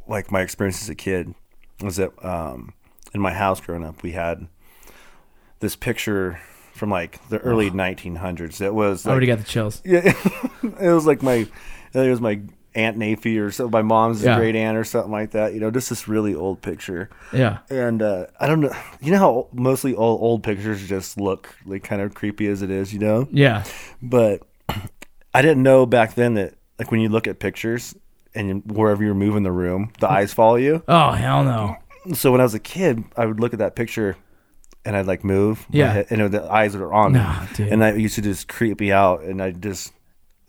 S2: like my experience as a kid, was that um, in my house growing up, we had this picture from like the early 1900s. That was
S3: I already
S2: like,
S3: got the chills.
S2: yeah, it was like my it was my aunt Nafy or so my mom's
S3: Yeah.
S2: great aunt or something like that. You know, just this really old picture.
S3: Yeah.
S2: And uh, I don't know, you know how mostly all old pictures just look like kind of creepy as it is, you know?
S3: Yeah.
S2: but I didn't know back then that like when you look at pictures and you- wherever you're moving the room, the eyes follow you.
S3: Oh, hell no.
S2: So when I was a kid, I would look at that picture and I'd like move, my
S3: Yeah.
S2: head, and the eyes that are on me,
S3: Nah, dude.
S2: and that used to just creep me out, and I just.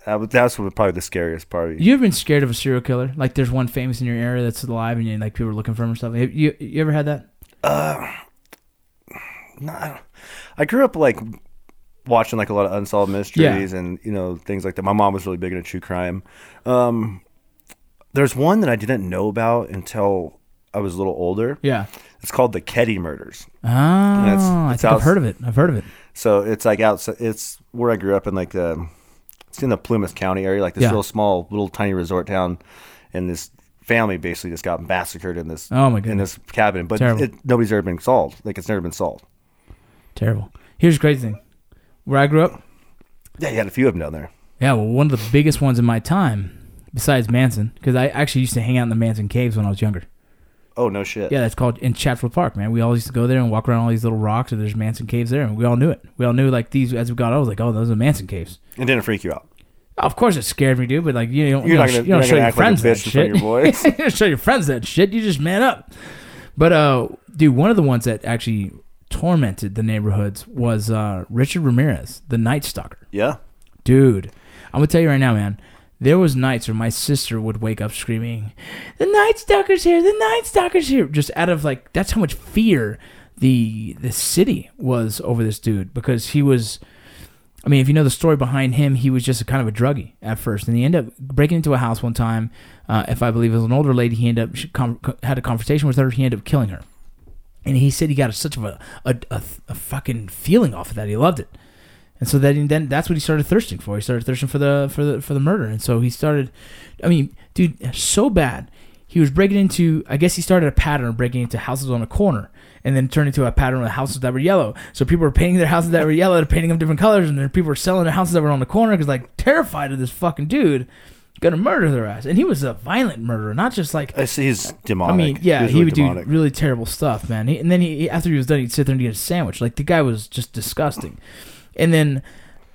S2: I would- That's what probably the scariest part.
S3: You ever been scared of a serial killer? Like there's one famous in your area that's alive and you, like people are looking for him or something. Have You, you ever had that?
S2: No, I, don't- I grew up like watching like a lot of unsolved mysteries and you know things like that. My mom was really big into true crime. Um, there's one that I didn't know about until I was a little older.
S3: Yeah.
S2: It's called the Ketty murders.
S3: Oh,
S2: it's-
S3: I
S2: it's
S3: think I've
S2: outs-
S3: heard of it. I've heard of it.
S2: So it's like outside. It's where I grew up in like the. It's in the Plumas County area, like this
S3: Yeah.
S2: little small, little tiny resort town, and this family basically just got massacred in this.
S3: Oh, my
S2: In
S3: goodness.
S2: this cabin, but
S3: Terrible.
S2: it, nobody's ever been solved. Like it's never been solved.
S3: Terrible. Here's the crazy thing. Where I grew up,
S2: Yeah, you had a few of them down there.
S3: Yeah, well, one of the biggest ones in my time, besides Manson, because I actually used to hang out in the Manson caves when I was younger.
S2: Oh no shit.
S3: Yeah, that's called in Chatsworth Park, man. We all used to go there and walk around all these little rocks, and there's Manson caves there, and we all knew it. We all knew like these as we got older, like, oh, those are Manson caves.
S2: It didn't freak you out.
S3: Of course, it scared me, dude. But like, you don't, you
S2: You're
S3: don't,
S2: not gonna-
S3: you don't
S2: you're not
S3: show
S2: gonna
S3: your
S2: act like a
S3: friends that
S2: bitch in front
S3: shit.
S2: of your boys.
S3: you don't show your friends that shit. You just man up. But uh, dude, one of the ones that actually tormented the neighborhoods was uh, Richard Ramirez, the Night Stalker.
S2: Yeah.
S3: Dude, I'm gonna tell you right now, man. There was nights where my sister would wake up screaming, "The night stalker's here! The night stalker's here!" Just out of like that's how much fear the the city was over this dude because he was. I mean, if you know the story behind him, he was just a kind of a druggie at first, and he ended up breaking into a house one time. Uh, if I believe it was an older lady, he ended up she con- had a confrontation with her. He ended up killing her, and he said he got such of a a, a, a fucking feeling off of that. He loved it. And so then, then that's what he started thirsting for. He started thirsting for the for the for the murder. And so he started, I mean, dude, so bad. he was breaking into i guess he started a pattern of breaking into houses on a corner and then turned into a pattern of houses that were yellow so people were painting their houses that were yellow they're painting them different colors and then people were selling their houses that were on the corner because like terrified of this fucking dude gonna murder their ass and he was a violent murderer not just like
S2: I see he's demonic.
S3: I mean, yeah,
S2: was
S3: he
S2: really
S3: would
S2: demonic.
S3: do really terrible stuff, man. He, and then he, after he was done, he'd sit there and eat a sandwich. Like the guy was just disgusting. And then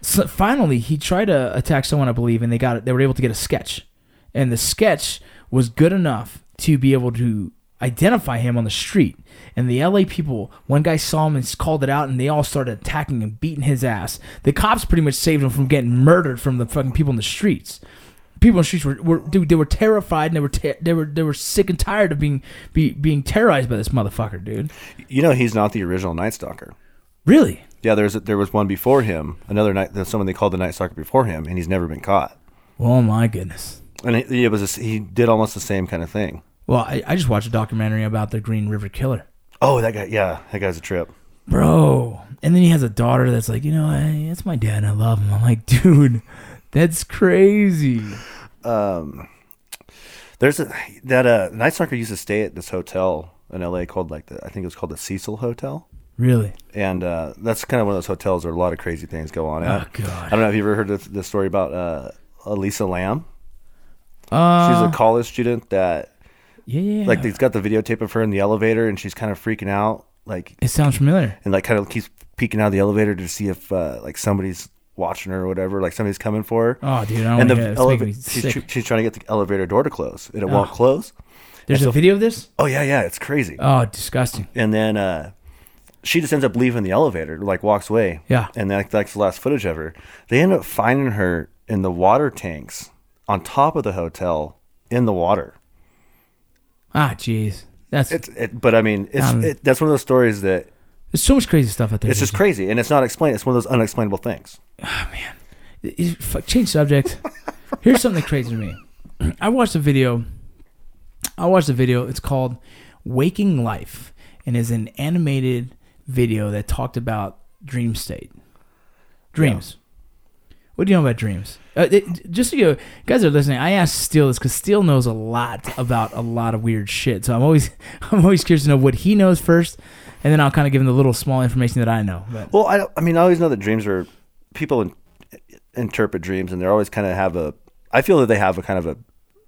S3: so finally, he tried to attack someone, I believe, and they got it. They were able to get a sketch, and the sketch was good enough to be able to identify him on the street. And the LA people, one guy saw him and s- called it out, and they all started attacking and beating his ass. The cops pretty much saved him from getting murdered from the fucking people in the streets people in the streets were, were dude, they were terrified and they were ter- they were they were sick and tired of being be, being terrorized by this motherfucker, dude.
S2: You know, he's not the original Night Stalker.
S3: Really?
S2: Yeah, there's there was one before him, another night. There's someone they called the Night Stalker before him, and he's never been caught.
S3: Oh my goodness.
S2: And it, it was a, he did almost the same kind of thing.
S3: Well, I, I just watched a documentary about the Green River Killer,
S2: Oh, that guy. Yeah, that guy's a trip.
S3: bro. And then he has a daughter that's like, you know, I, that's my dad. and I love him. I'm like, dude, that's crazy.
S2: There's a that uh Night Stalker used to stay at this hotel in L.A. called like the I think it was called the Cecil Hotel.
S3: Really?
S2: and uh, that's kind of one of those hotels where a lot of crazy things go on. at.
S3: Oh, God.
S2: I don't know if you ever heard the, the story about uh, Elisa Lamb.
S3: Uh,
S2: she's a college student that
S3: yeah, yeah.
S2: like
S3: yeah.
S2: they've got the videotape of her in the elevator, and she's kind of freaking out, like
S3: it sounds familiar.
S2: and like kind of keeps peeking out of the elevator to see if uh, like somebody's watching her or whatever, like somebody's coming for her.
S3: Oh, dude, I don't
S2: and the
S3: wanna hear that. It's making me
S2: elevator, she's,
S3: sick.
S2: tr- she's trying to get the elevator door to close, and it won't close.
S3: There's a video of this.
S2: Oh yeah, yeah, it's crazy.
S3: Oh, disgusting.
S2: and then uh, she just ends up leaving the elevator, like walks away.
S3: Yeah.
S2: And that, that's the last footage of her. They end up finding her in the water tanks on top of the hotel in the water.
S3: Ah, jeez. That's
S2: It's, it, but I mean, it's
S3: Um,
S2: it, that's one of those stories that
S3: there's so much crazy stuff out there.
S2: it's
S3: dude.
S2: just crazy and it's not explained. It's one of those unexplainable things.
S3: Is- fuck, change subject. Here's something crazy to me. I watched a video. I watched a video. It's called "Waking Life" and is an animated video that talked about dream state, dreams. What do you know about dreams? Uh, it, just so you guys are listening, I asked Steele this because Steele knows a lot about a lot of weird shit. So I'm always, I'm always curious to know what he knows first, and then I'll kind of give him the little small information that I know. But
S2: Well, I, don't- I mean, I always know that dreams are people in, interpret dreams and they're always kind of have a. I feel that they have a kind of a,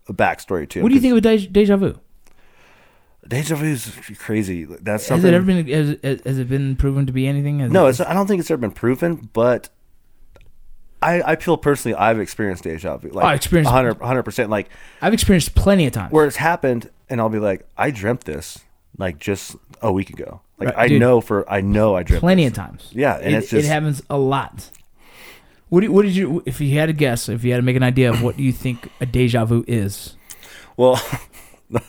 S2: a backstory too.
S3: what do you think of deja, deja vu?
S2: Deja vu is crazy. That's
S3: Has
S2: something.
S3: it ever been? Has, has has it been proven to be anything? Has
S2: No,
S3: it-
S2: it's, I don't think it's ever been proven, but I, I feel personally I've experienced deja vu. Like
S3: I experienced-
S2: 100 percent. Like
S3: I've experienced plenty of times.
S2: where it's happened, and I'll be like, I dreamt this like just a week ago. Like
S3: Right,
S2: I
S3: dude.
S2: know for I know I dreamt
S3: Plenty
S2: this.
S3: of times.
S2: Yeah, and
S3: it,
S2: it's just-
S3: it happens a lot. What do, you- what did you? If you had to guess, if you had to make an idea of what do you think a deja vu is?
S2: Well,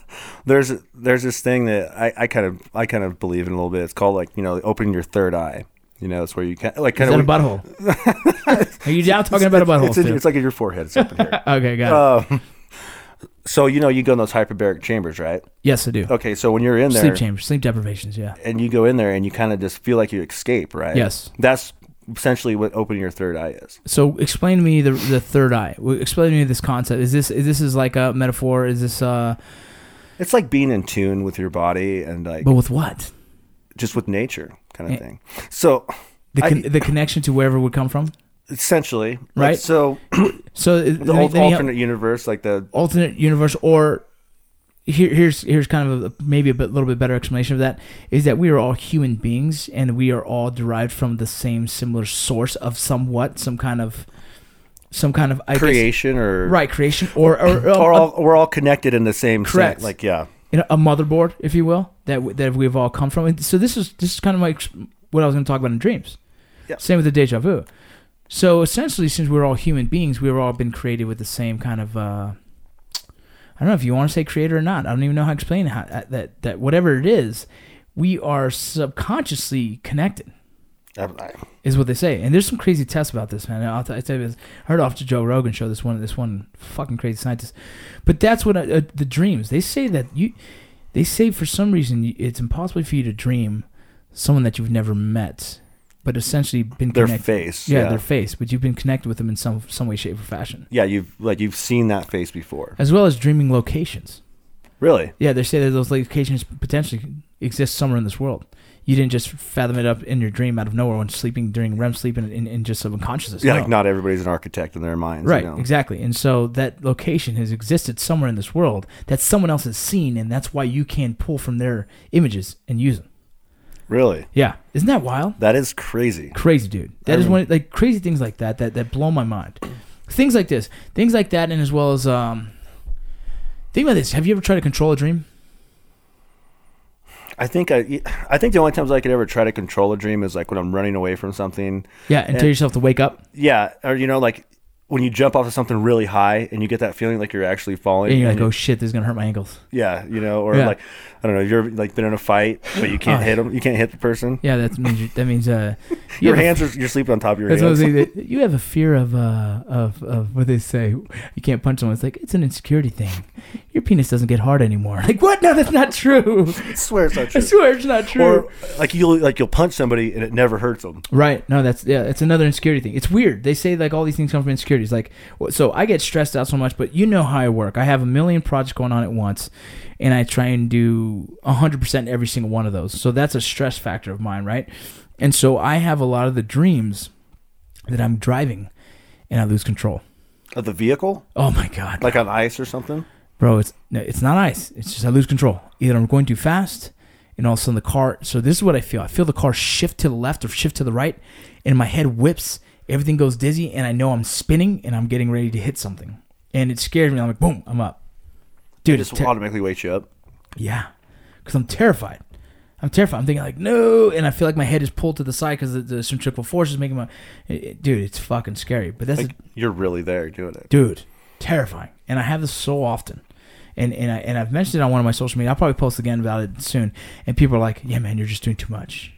S2: there's there's this thing that I, I kind of I kind of believe in a little bit. It's called like you know opening your third eye. You know, it's where you kind like
S3: Is
S2: kind
S3: that a
S2: of
S3: butthole? Are you now talking about a butthole?
S2: It's, in-
S3: Stu?
S2: it's like in your forehead. It's up in here.
S3: okay, got it.
S2: um, so you know you go in those hyperbaric chambers, right?
S3: Yes, I do.
S2: Okay, so when you're in there,
S3: sleep chambers, sleep deprivations. Yeah.
S2: and you go in there and you kind of just feel like you escape, right?
S3: Yes.
S2: That's essentially what opening your third eye is.
S3: So explain to me the the third eye. W- Explain to me this concept. Is this is this is like a metaphor? Is this uh?
S2: It's like being in tune with your body and like
S3: But with what?
S2: just with nature kind
S3: Eh.
S2: of thing. So
S3: The
S2: I-
S3: con- the connection to wherever we come from.
S2: essentially, like,
S3: Right.
S2: so
S3: So the
S2: the al- alternate universe, like the
S3: alternate universe or here, here's here's kind of a, maybe a bit, little bit better explanation of that is that we are all human beings and we are all derived from the same similar source of somewhat some kind of some kind of I guess-
S2: creation or
S3: right creation or or,
S2: Or
S3: a-
S2: all, we're all connected in the same
S3: Correct.
S2: sense. Like yeah,
S3: you know, a motherboard if you will that w- that we've all come from. And so this is this is kind of like what I was going to talk about in dreams.
S2: Yeah.
S3: Same with the deja vu. So essentially, since we're all human beings, we've all been created with the same kind of. Uh, I don't know if you want to say creator or not. I don't even know how to explain how, that- that that whatever it is, we are subconsciously connected
S2: I, I-
S3: is what they say. And there's some crazy tests about this, man. I'll t- I tell you this. I heard off to Joe Rogan show this one this one fucking crazy scientist. But that's what I, uh, the dreams. They say that you they say for some reason you- it's impossible for you to dream someone that you've never met, but essentially been
S2: their
S3: connected.
S2: face.
S3: Yeah,
S2: yeah,
S3: their face, but you've been connected with them in some some way shape or fashion.
S2: Yeah, You've like you've seen that face before.
S3: As well as dreaming locations.
S2: Really?
S3: Yeah, they say that those locations potentially exist somewhere in this world. You didn't just fathom it up in your dream out of nowhere when sleeping during REM sleep and in, in just subconsciousness.
S2: Yeah,
S3: No.
S2: like not everybody's an architect in their minds.
S3: Right,
S2: You know?
S3: exactly. And so that location has existed somewhere in this world that someone else has seen, and that's why you can pull from their images and use them.
S2: Really?
S3: Yeah, isn't that wild?
S2: That is crazy.
S3: Crazy, dude. That is one like crazy things like that that that blow my mind. Things like this, things like that, and as well as um. Think about this. Have you ever tried to control a dream?
S2: I think I, I think the only times I could ever try to control a dream is like when I'm running away from something.
S3: Yeah, and tell
S2: Yeah.
S3: yourself to wake up,
S2: Yeah, or you know, like when you jump off of something really high and you get that feeling like you're actually falling.
S3: and you're like,
S2: and
S3: "Oh shit, this is gonna hurt my ankles."
S2: yeah, you know, or
S3: Yeah.
S2: like I don't know, you're like been in a fight but you can't
S3: Oh.
S2: hit 'em hit them, you can't hit the person.
S3: Yeah, that means you- that means uh, you
S2: Your
S3: have a-
S2: hands are you're sleeping on top of your
S3: That's what I was
S2: hands.
S3: saying. that You have a fear of uh of of what they say. You can't punch someone. It's like it's an insecurity thing. Your penis doesn't get hard anymore. Like what? No, that's not true.
S2: I swear it's not
S3: I
S2: true.
S3: swear it's not true.
S2: Or like you'll like you'll punch somebody and it never hurts them.
S3: right? No, that's yeah. It's another insecurity thing. It's weird. They say like all these things come from insecurities. Like wh- so, I get stressed out so much. But you know how I work. I have a million projects going on at once, and I try and do hundred percent every single one of those. So that's a stress factor of mine, right? And so I have a lot of the dreams that I'm driving, and I lose control.
S2: Of the vehicle,
S3: Oh my god,
S2: like on ice or something.
S3: bro! It's no, it's not ice. It's just I lose control. Either I'm going too fast, and all of a sudden the car. So this is what I feel. I feel the car shift to the left or shift to the right, and my head whips. Everything goes dizzy, and I know I'm spinning, and I'm getting ready to hit something, and it scares me. I'm like, boom, I'm up, dude.
S2: It just
S3: it's ter-
S2: automatically wakes you up.
S3: yeah, because I'm terrified. I'm terrified. I'm thinking like, no, and I feel like my head is pulled to the side because the, the centripetal force is making my. it- it- dude, it's fucking scary. But that's
S2: Like you're really there doing it.
S3: dude terrifying and i have this so often and and, I, and i've mentioned it on one of my social media i'll probably post again about it soon and people are like yeah man you're just doing too much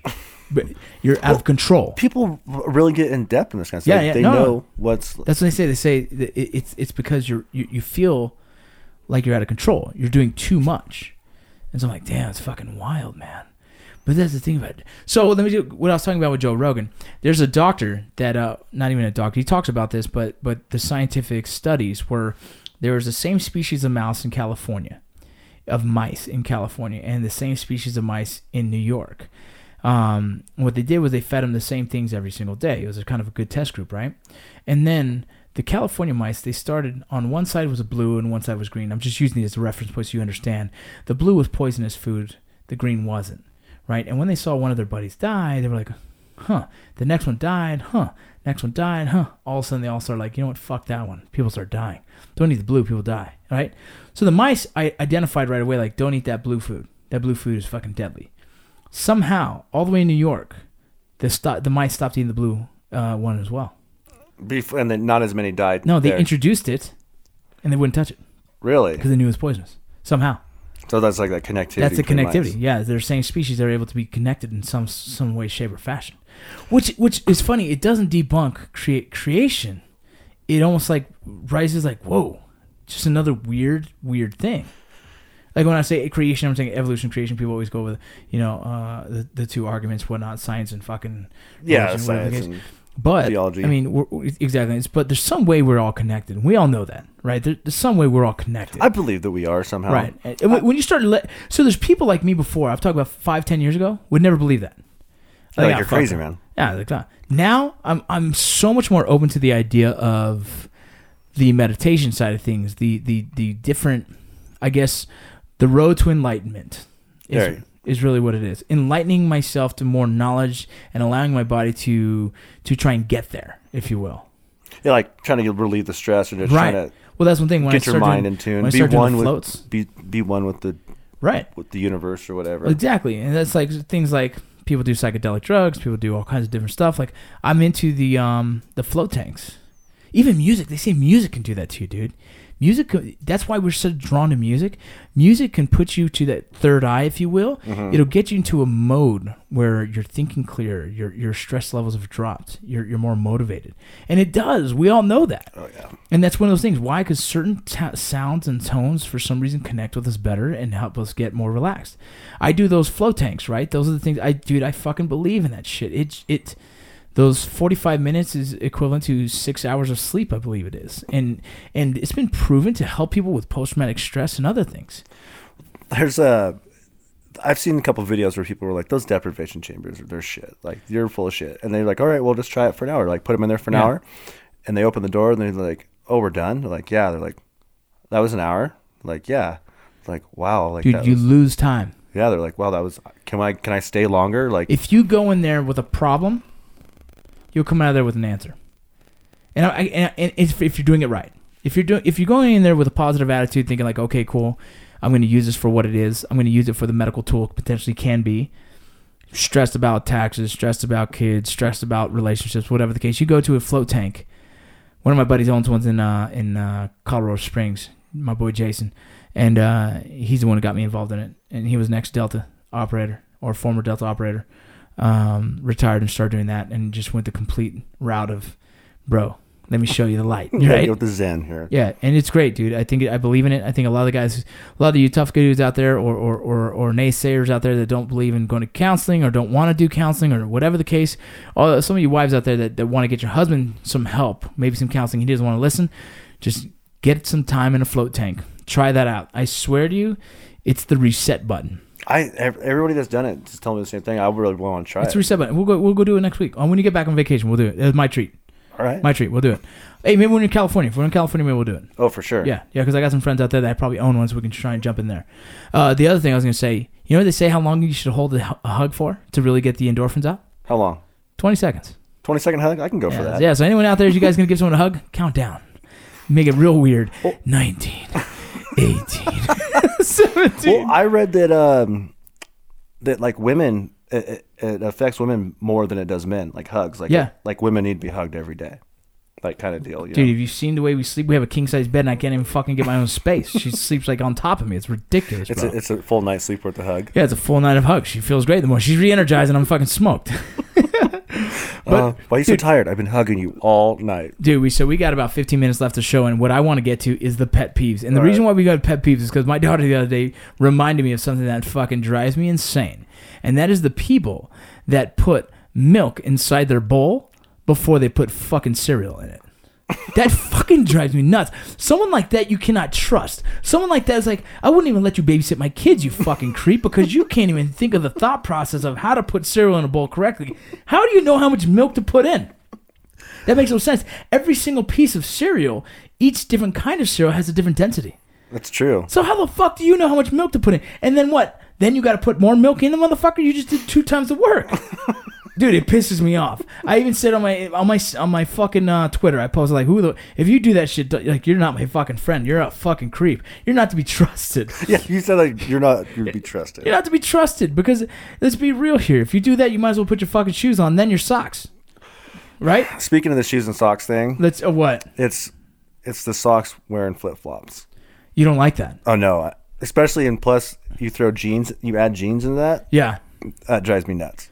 S3: but you're out of control
S2: People r- really get in depth in this kind of
S3: Yeah,
S2: stuff.
S3: yeah,
S2: they
S3: no,
S2: know
S3: no.
S2: what's
S3: that's what they say they say that it- it's it's because you're you, you feel like you're out of control you're doing too much and so i'm like damn it's fucking wild man but that's the thing about it. So let me do what I was talking about with Joe Rogan. There's a doctor that, uh, not even a doctor, he talks about this, but but the scientific studies were there was the same species of mouse in California, of mice in California, and the same species of mice in New York. Um, what they did was they fed them the same things every single day. It was a kind of a good test group, right? And then the California mice, they started on one side was blue and one side was green. I'm just using these as a reference point so you understand. The blue was poisonous food, the green wasn't right? And when they saw one of their buddies die, they were like, huh, the next one died, huh, next one died, huh. All of a sudden, they all start like, you know what, fuck that one. People start dying. Don't eat the blue, people die, right? So the mice I identified right away, like, don't eat that blue food. That blue food is fucking deadly. Somehow, all the way in New York, the, sto- the mice stopped eating the blue uh, one as well.
S2: beef, and then not as many died.
S3: No, they
S2: there.
S3: introduced it and they wouldn't touch it
S2: really.
S3: because they knew it was poisonous. Somehow.
S2: So that's like that connectivity.
S3: That's the
S2: between minds.
S3: connectivity. Yeah, they're saying species are able to be connected in some some way, shape, or fashion, which which is funny. It doesn't debunk create creation. It almost like rises like whoa, just another weird weird thing. Like when I say creation, I'm saying evolution, creation. People always go with you know uh, the the two arguments, whatnot, science and fucking
S2: Yeah,
S3: religion, whatever the
S2: science
S3: case.
S2: and-
S3: But
S2: Theology.
S3: I mean, we're, we- exactly. It's, but there's some way we're all connected. We all know that, right? There, there's some way we're all connected.
S2: I believe that we are somehow.
S3: Right. And when- when you start, let, so there's people like me before. I've talked about five, ten years ago. Would never believe that.
S2: Like,
S3: ah,
S2: you're
S3: fuck
S2: crazy,
S3: it.
S2: man.
S3: Yeah, like that. Now I'm I'm so much more open to the idea of the meditation side of things. The the the different, I guess, the road to enlightenment. Is,
S2: There.
S3: is really what it is. Enlightening myself to more knowledge and allowing my body to to try and get there, if you will.
S2: Yeah, like trying to relieve the stress and just trying
S3: Right.
S2: to
S3: Well, that's one thing. When I
S2: get your
S3: start doing-
S2: mind in tune,
S3: when I
S2: be
S3: start doing
S2: one
S3: the
S2: with
S3: floats.
S2: be be one with the
S3: Right.
S2: with the universe or whatever.
S3: Exactly, and that's like things like people do psychedelic drugs, people do all kinds of different stuff. Like I'm into the um the float tanks, even music. They say music can do that too, dude. Music. co- That's why we're so drawn to music. Music can put you to that third eye, if you will. It'll get you into a mode where you're thinking clearer. Your your stress levels have dropped. You're you're more motivated, and it does. We all know that.
S2: Oh yeah.
S3: And that's one of those things. Why? Because certain ta sounds and tones, for some reason, connect with us better and help us get more relaxed. I do those flow tanks, right? Those are the things I, dude. I fucking believe in that shit. It, it, those forty-five minutes is equivalent to six hours of sleep, I believe it is, and and it's been proven to help people with post-traumatic stress and other things.
S2: there's a I've seen a couple videos where people were like, "Those deprivation chambers are they're shit. Like you're full of shit." And they're like, "All right, well, just try it for an hour. Like put them in there for an
S3: Yeah.
S2: hour." And they open the door and they're like, "Oh, we're done." They're like, "Yeah." They're like, "That was an hour." Like, "Yeah." Like, "Wow." Like,
S3: Dude,
S2: that
S3: you
S2: was-
S3: lose time.
S2: yeah. They're like, "Wow, that was." Can I can I stay longer? Like,
S3: If you go in there with a problem, you'll come out of there with an answer. And, I, I- and, and if, if you're doing it right, if you're doing, if you're going in there with a positive attitude, thinking like, okay, cool, I'm going to use this for what it is. I'm going to use it for the medical tool it potentially can be. Stressed about taxes, stressed about kids, stressed about relationships, whatever the case. You go to a float tank. One of my buddies owns ones in uh, in uh, Colorado Springs. My boy Jason, and uh, he's the one who got me involved in it. And he was an ex Delta operator or former Delta operator um, retired and started doing that and just went the complete route of, bro, let me show you the light.
S2: yeah,
S3: Right?
S2: get with the Zen here.
S3: Yeah, and it's great, dude. I think I believe in it. I think a lot of the guys, a lot of you tough dudes out there, or or, or or naysayers out there that don't believe in going to counseling or don't want to do counseling or whatever the case. All some of you wives out there that, that want to get your husband some help, maybe some counseling. He doesn't want to listen. Just get some time in a float tank. Try that out. I swear to you, it's the reset button.
S2: I ev- everybody that's done it just told me the same thing. I really want to try
S3: It's
S2: it.
S3: the reset button. We'll go. We'll go do it next week. Or when you get back on vacation, we'll do it. That's my treat.
S2: All right.
S3: My treat. We'll do it. Hey, maybe when you're in California. If we're in California, maybe we'll do it.
S2: oh, for sure.
S3: Yeah, yeah, because I got some friends out there that probably own one, so we can try and jump in there. Uh, the other thing I was gonna say, you know, they say how long you should hold a hu- a hug for to really get the endorphins out.
S2: How long?
S3: Twenty seconds.
S2: Twenty second hug. I can go for
S3: Yeah,
S2: that.
S3: yeah. So anyone out there, is you guys gonna give someone a hug? Count down. Make it real weird. 19, 18, 17.
S2: Well, I read that um, that like women, it, it- it affects women more than it does men. Like hugs, like
S3: Yeah.
S2: like women need to be hugged every day, like kind of deal. You
S3: Dude,
S2: know?
S3: have you seen the way we sleep? We have a king size bed, and I can't even fucking get my own space. She sleeps like on top of me. It's ridiculous.
S2: it's
S3: bro.
S2: a, it's a full night's sleep worth of hug.
S3: yeah, it's a full night of hugs. She feels great. The more she's re-energized, and I'm fucking smoked.
S2: But Uh, why are you so tired? I've been hugging you all night.
S3: Dude, we so we got about 15 minutes left to show, and what I want to get to is the pet peeves. And the reason why we got pet peeves is because my daughter the other day reminded me of something that fucking drives me insane, and that is the people that put milk inside their bowl before they put fucking cereal in it. That fucking drives me nuts. Someone like that you cannot trust. Someone like that is like, I wouldn't even let you babysit my kids, you fucking creep, because you can't even think of the thought process of how to put cereal in a bowl correctly. How do you know how much milk to put in? That makes no sense. Every single piece of cereal, each different kind of cereal has a different density.
S2: That's true.
S3: So how the fuck do you know how much milk to put in? And then what? Then you got to put more milk in the motherfucker. You just did two times the work. Dude, it pisses me off. I even said on my on my on my fucking uh, Twitter, I posted like, "Who the? If you do that shit, don't- like you're not my fucking friend. You're a fucking creep. You're not to be trusted.
S2: Yeah, you said like you're not you'd be trusted.
S3: You're not to be trusted because let's be real here. If you do that, you might as well put your fucking shoes on, then your socks, right?
S2: Speaking of the shoes and socks thing,
S3: Let's. Uh, what?
S2: it's it's the socks wearing flip flops.
S3: You don't like that?
S2: Oh no, especially and plus you throw jeans, you add jeans into that,
S3: Yeah.
S2: that drives me nuts.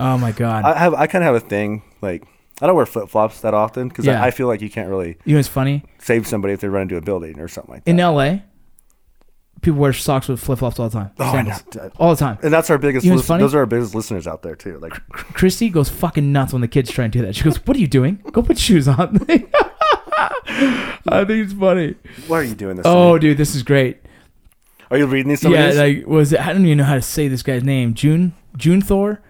S3: Oh my god.
S2: I have I kind of have a thing like I don't wear flip flops that often because
S3: Yeah.
S2: I, I feel like you can't really
S3: You know what's funny?
S2: save somebody if they run into a building or something like that.
S3: In LA, people wear socks with flip flops all the time.
S2: I know.
S3: Sandals. All the time.
S2: and that's our biggest.
S3: You know what's
S2: lis-
S3: funny?
S2: Those are our biggest listeners out there too. Like,
S3: Christy goes fucking nuts when the kids try and do that. She goes, What are you doing? Go put shoes on. I think it's funny.
S2: why are you doing this? to
S3: Oh,
S2: me?
S3: dude, this is great.
S2: are you reading these? Yeah,
S3: yeah, like was it, I don't even know how to say this guy's name. June June Thor?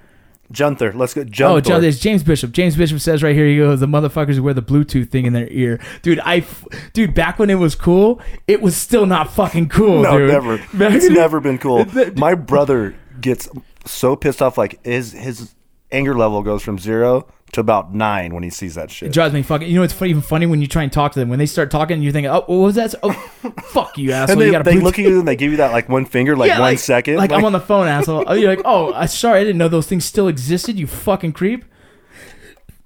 S2: Junther. Let's go. Junther.
S3: Oh, John, there's James Bishop. James Bishop says right here, he goes, the motherfuckers who wear the Bluetooth thing in their ear. Dude, I, f- dude, back when it was cool, it was still not fucking cool,
S2: no,
S3: dude.
S2: never.
S3: Back
S2: It's
S3: in-
S2: never been cool.
S3: The-
S2: My brother gets so pissed off. Like, his his anger level goes from zero to about nine when he sees that shit.
S3: It drives me fucking. You know, it's fu- even funny when you try and talk to them. When they start talking, you think, "Oh, what was that? Oh, fuck you, asshole!
S2: and they,
S3: you got
S2: they look at you and they give you that like one finger, like one
S3: like,
S2: second.
S3: Like, I'm on the phone, asshole. Oh, You're like, "Oh, I sorry, I didn't know those things still existed." You fucking creep.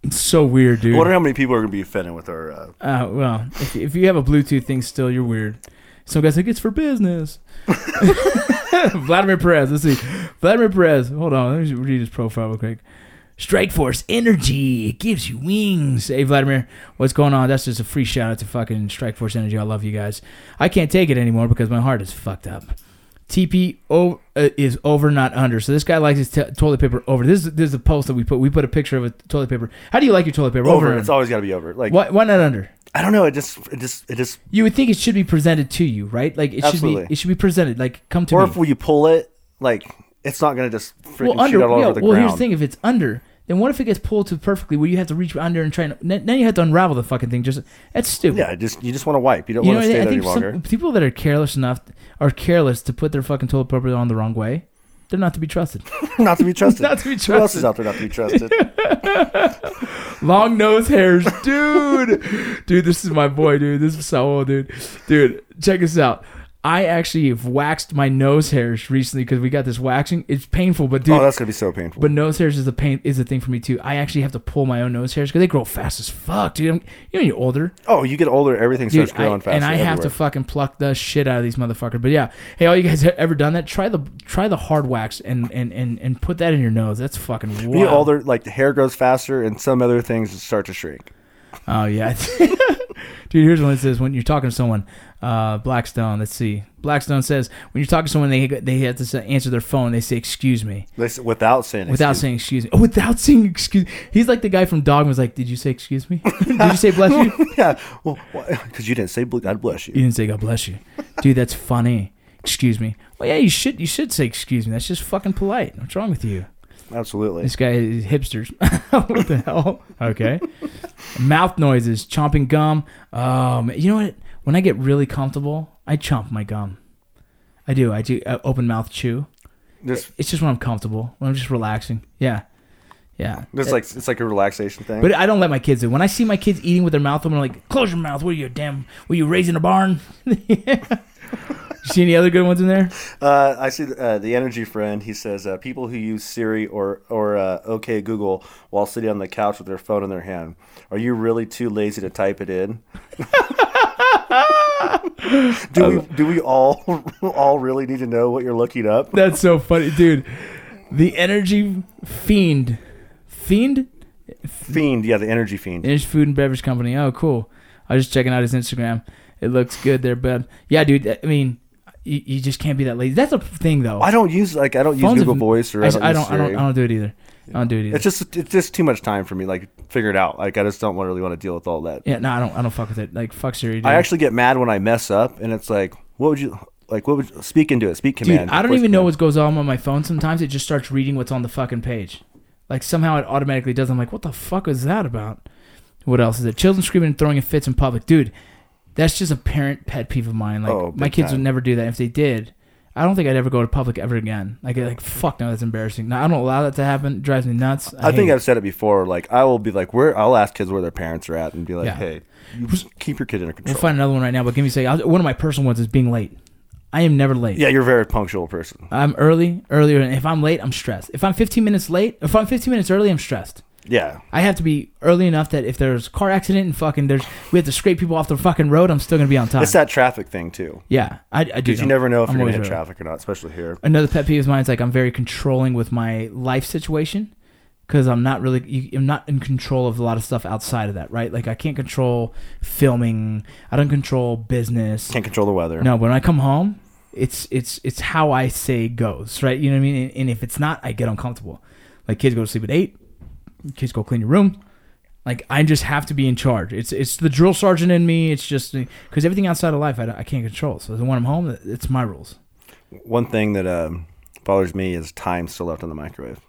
S3: It's so weird, dude.
S2: I wonder how many people are gonna be offended with our. Uh,
S3: uh, well, if, if you have a Bluetooth thing still, you're weird. Some guys like it's for business. Vladimir Perez. Let's see. Vladimir Perez. Hold on. Let me just read his profile real quick. Strike Force Energy. It gives you wings. Hey, Vladimir. What's going on? That's just a free shout out to fucking Strike Force Energy. I love you guys. I can't take it anymore because my heart is fucked up. TP o- uh, is over, not under. So this guy likes his t- toilet paper over. This is, this is a post that we put. We put a picture of a toilet paper. How do you like your toilet paper?
S2: over.
S3: or
S2: It's
S3: under?
S2: always got to be over. Like
S3: Why, why not under?
S2: I don't know. It just, it just, it just.
S3: You would think it should be presented to you, right? Like it
S2: Absolutely.
S3: should be. It should be presented. Like come to
S2: Or
S3: me.
S2: if you pull it, like it's not gonna just freaking
S3: well, under.
S2: shoot out all
S3: yeah,
S2: over the
S3: well,
S2: ground.
S3: here's the thing: if it's under, then what if it gets pulled to perfectly where you have to reach under and try and n- now you have to unravel the fucking thing? Just that's stupid.
S2: Yeah, just you just want to wipe. You don't
S3: You know,
S2: want to stay
S3: I
S2: there any
S3: think
S2: longer.
S3: some, people that are careless enough are careless to put their fucking toilet paper on the wrong way. They're not to be trusted.
S2: not to be trusted.
S3: Not to be
S2: Who else is
S3: trusted.
S2: out there not to be trusted?
S3: Long nose hairs, dude. dude, this is my boy, dude. This is so old, dude. Dude, check this out. I actually have waxed my nose hairs recently because we got this waxing. It's painful, but dude,
S2: oh, that's gonna be so painful.
S3: but nose hairs is a pain is a thing for me too. I actually have to pull my own nose hairs because they grow fast as fuck, dude. I'm, you know, you're older.
S2: oh, you get older, everything
S3: Dude,
S2: starts
S3: I,
S2: growing
S3: and
S2: faster.
S3: I have to
S2: everywhere.
S3: fucking pluck the shit out of these motherfuckers. But yeah, hey, all you guys have ever done that? Try the try the hard wax and and and, and put that in your nose. That's fucking wild.
S2: When you get older, like the hair grows faster, and some other things start to shrink.
S3: Oh yeah, dude. Here's one that says when you're talking to someone, uh, Blackstone. Let's see. Blackstone says when you're talking to someone, they they have to say- answer their phone. They say "excuse me"
S2: They s- Without saying
S3: without
S2: excuse-
S3: saying "excuse me." Oh, without saying "excuse." He's like the guy from Dog was like, "Did you say excuse me? Did you say bless you?
S2: yeah, well, because you didn't say bl- God bless you.
S3: You didn't say God bless you, dude. That's funny. Excuse me. Well, yeah, you should you should say excuse me. That's just fucking polite. What's wrong with you?
S2: Absolutely.
S3: This guy is hipsters. what the hell? Okay. Mouth noises, chomping gum. Um, you know what? When I get really comfortable, I chomp my gum. I do. I do uh, open mouth chew.
S2: Just,
S3: It's just when I'm comfortable, when I'm just relaxing. Yeah, yeah.
S2: just like it's like a relaxation thing.
S3: But I don't let my kids do. it. When I see my kids eating with their mouth open, I'm like, "Close your mouth! What are you, damn? Were you raised in a barn?" See any other good ones in there?
S2: Uh, I see uh, the energy friend. He says uh, people who use Siri or or uh, OK Google while sitting on the couch with their phone in their hand. Are you really too lazy to type it in? do we do we all all really need to know what you're looking up?
S3: That's so funny, dude. The energy fiend, fiend.
S2: Fiend, yeah, the energy fiend.
S3: There's food and beverage company. Oh, cool. I was just checking out his Instagram. It looks good there, bud. Yeah, dude. I mean, you, you just can't be that lazy. That's a thing, though.
S2: I don't use like I don't use
S3: Phones
S2: Google
S3: have-
S2: Voice or
S3: I,
S2: I
S3: s-
S2: don't.
S3: I
S2: use
S3: don't. I don't.
S2: Siri.
S3: I don't do it either. I don't do it either.
S2: It's just it's just too much time for me. Like figure it out. Like I just don't really want to deal with all that.
S3: yeah, no, I don't. I don't fuck with it. Like fuck Siri. Dude.
S2: I actually get mad when I mess up, and it's like, what would you like? What would you, speak into it? Speak
S3: dude,
S2: command.
S3: I don't
S2: voice
S3: even know
S2: command.
S3: what goes on on my phone. Sometimes it just starts reading what's on the fucking page. Like somehow it automatically does. I'm like, what the fuck is that about? What else is it? Children screaming and throwing fits in public, dude. That's just a parent pet peeve of mine. Like
S2: Oh, big
S3: my kids
S2: time.
S3: would never do that. If they did, I don't think I'd ever go to public ever again. Like, like fuck no, that's embarrassing. No, I don't allow that to happen. It drives me nuts.
S2: I,
S3: hate
S2: think
S3: it.
S2: I've said it before. Like I will be like, where I'll ask kids where their parents are at, and be like,
S3: Yeah.
S2: hey, you keep your kid under control.
S3: we'll find another one right now. But give me a second. I'll- One of my personal ones is being late. I am never late.
S2: yeah, you're a very punctual person.
S3: I'm early, earlier, and if I'm late, I'm stressed. If I'm 15 minutes late, if I'm 15 minutes early, I'm stressed.
S2: Yeah,
S3: I have to be early enough that if there's a car accident and fucking there's we have to scrape people off the fucking road, I'm still gonna be on time.
S2: it's that traffic thing too.
S3: yeah, I, I do.
S2: Because you never know if
S3: I'm
S2: you're gonna
S3: always
S2: hit
S3: early.
S2: traffic or not, especially here.
S3: Another pet peeve of mine is like I'm very controlling with my life situation because I'm not really you, I'm not in control of a lot of stuff outside of that, right? Like I can't control filming, I don't control business.
S2: Can't control the weather.
S3: No, but when I come home, it's it's it's how I say goes, right? You know what I mean? And, and if it's not, I get uncomfortable. Like kids go to sleep at eight, kids go clean your room. Like I just have to be in charge. It's it's the drill sergeant in me. It's just because everything outside of life I, don't- I can't control. So when I'm home, it's my rules.
S2: One thing that um, bothers me is time still left in the microwave.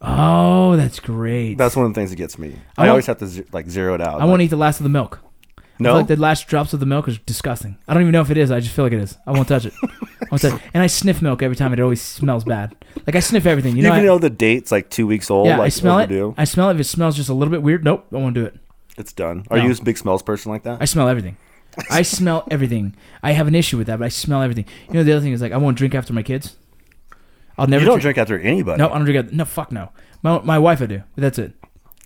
S3: Oh, that's great.
S2: That's one of the things that gets me. I,
S3: I want-
S2: always have to ze- like zero it out.
S3: I want to eat the last of the milk. I
S2: no,
S3: feel like the last drops of the milk is disgusting. I don't even know if it is. I just feel like it is. I won't touch it. I won't touch it. And I sniff milk every time. It always smells bad. Like I sniff everything. You know,
S2: even
S3: I-
S2: though the date's like two weeks old,
S3: Yeah,
S2: like
S3: I smell
S2: overdue,
S3: it. I smell it. If it smells just a little bit weird, nope, I won't do it.
S2: it's done. Are
S3: No.
S2: you a big smells person like that?
S3: I smell everything. I smell everything. I have an issue with that, but I smell everything. You know, the other thing is like I won't drink after my kids. I'll never
S2: you don't drink after anybody.
S3: No, I don't drink. After, no, fuck no. My, my wife, I do. But that's it.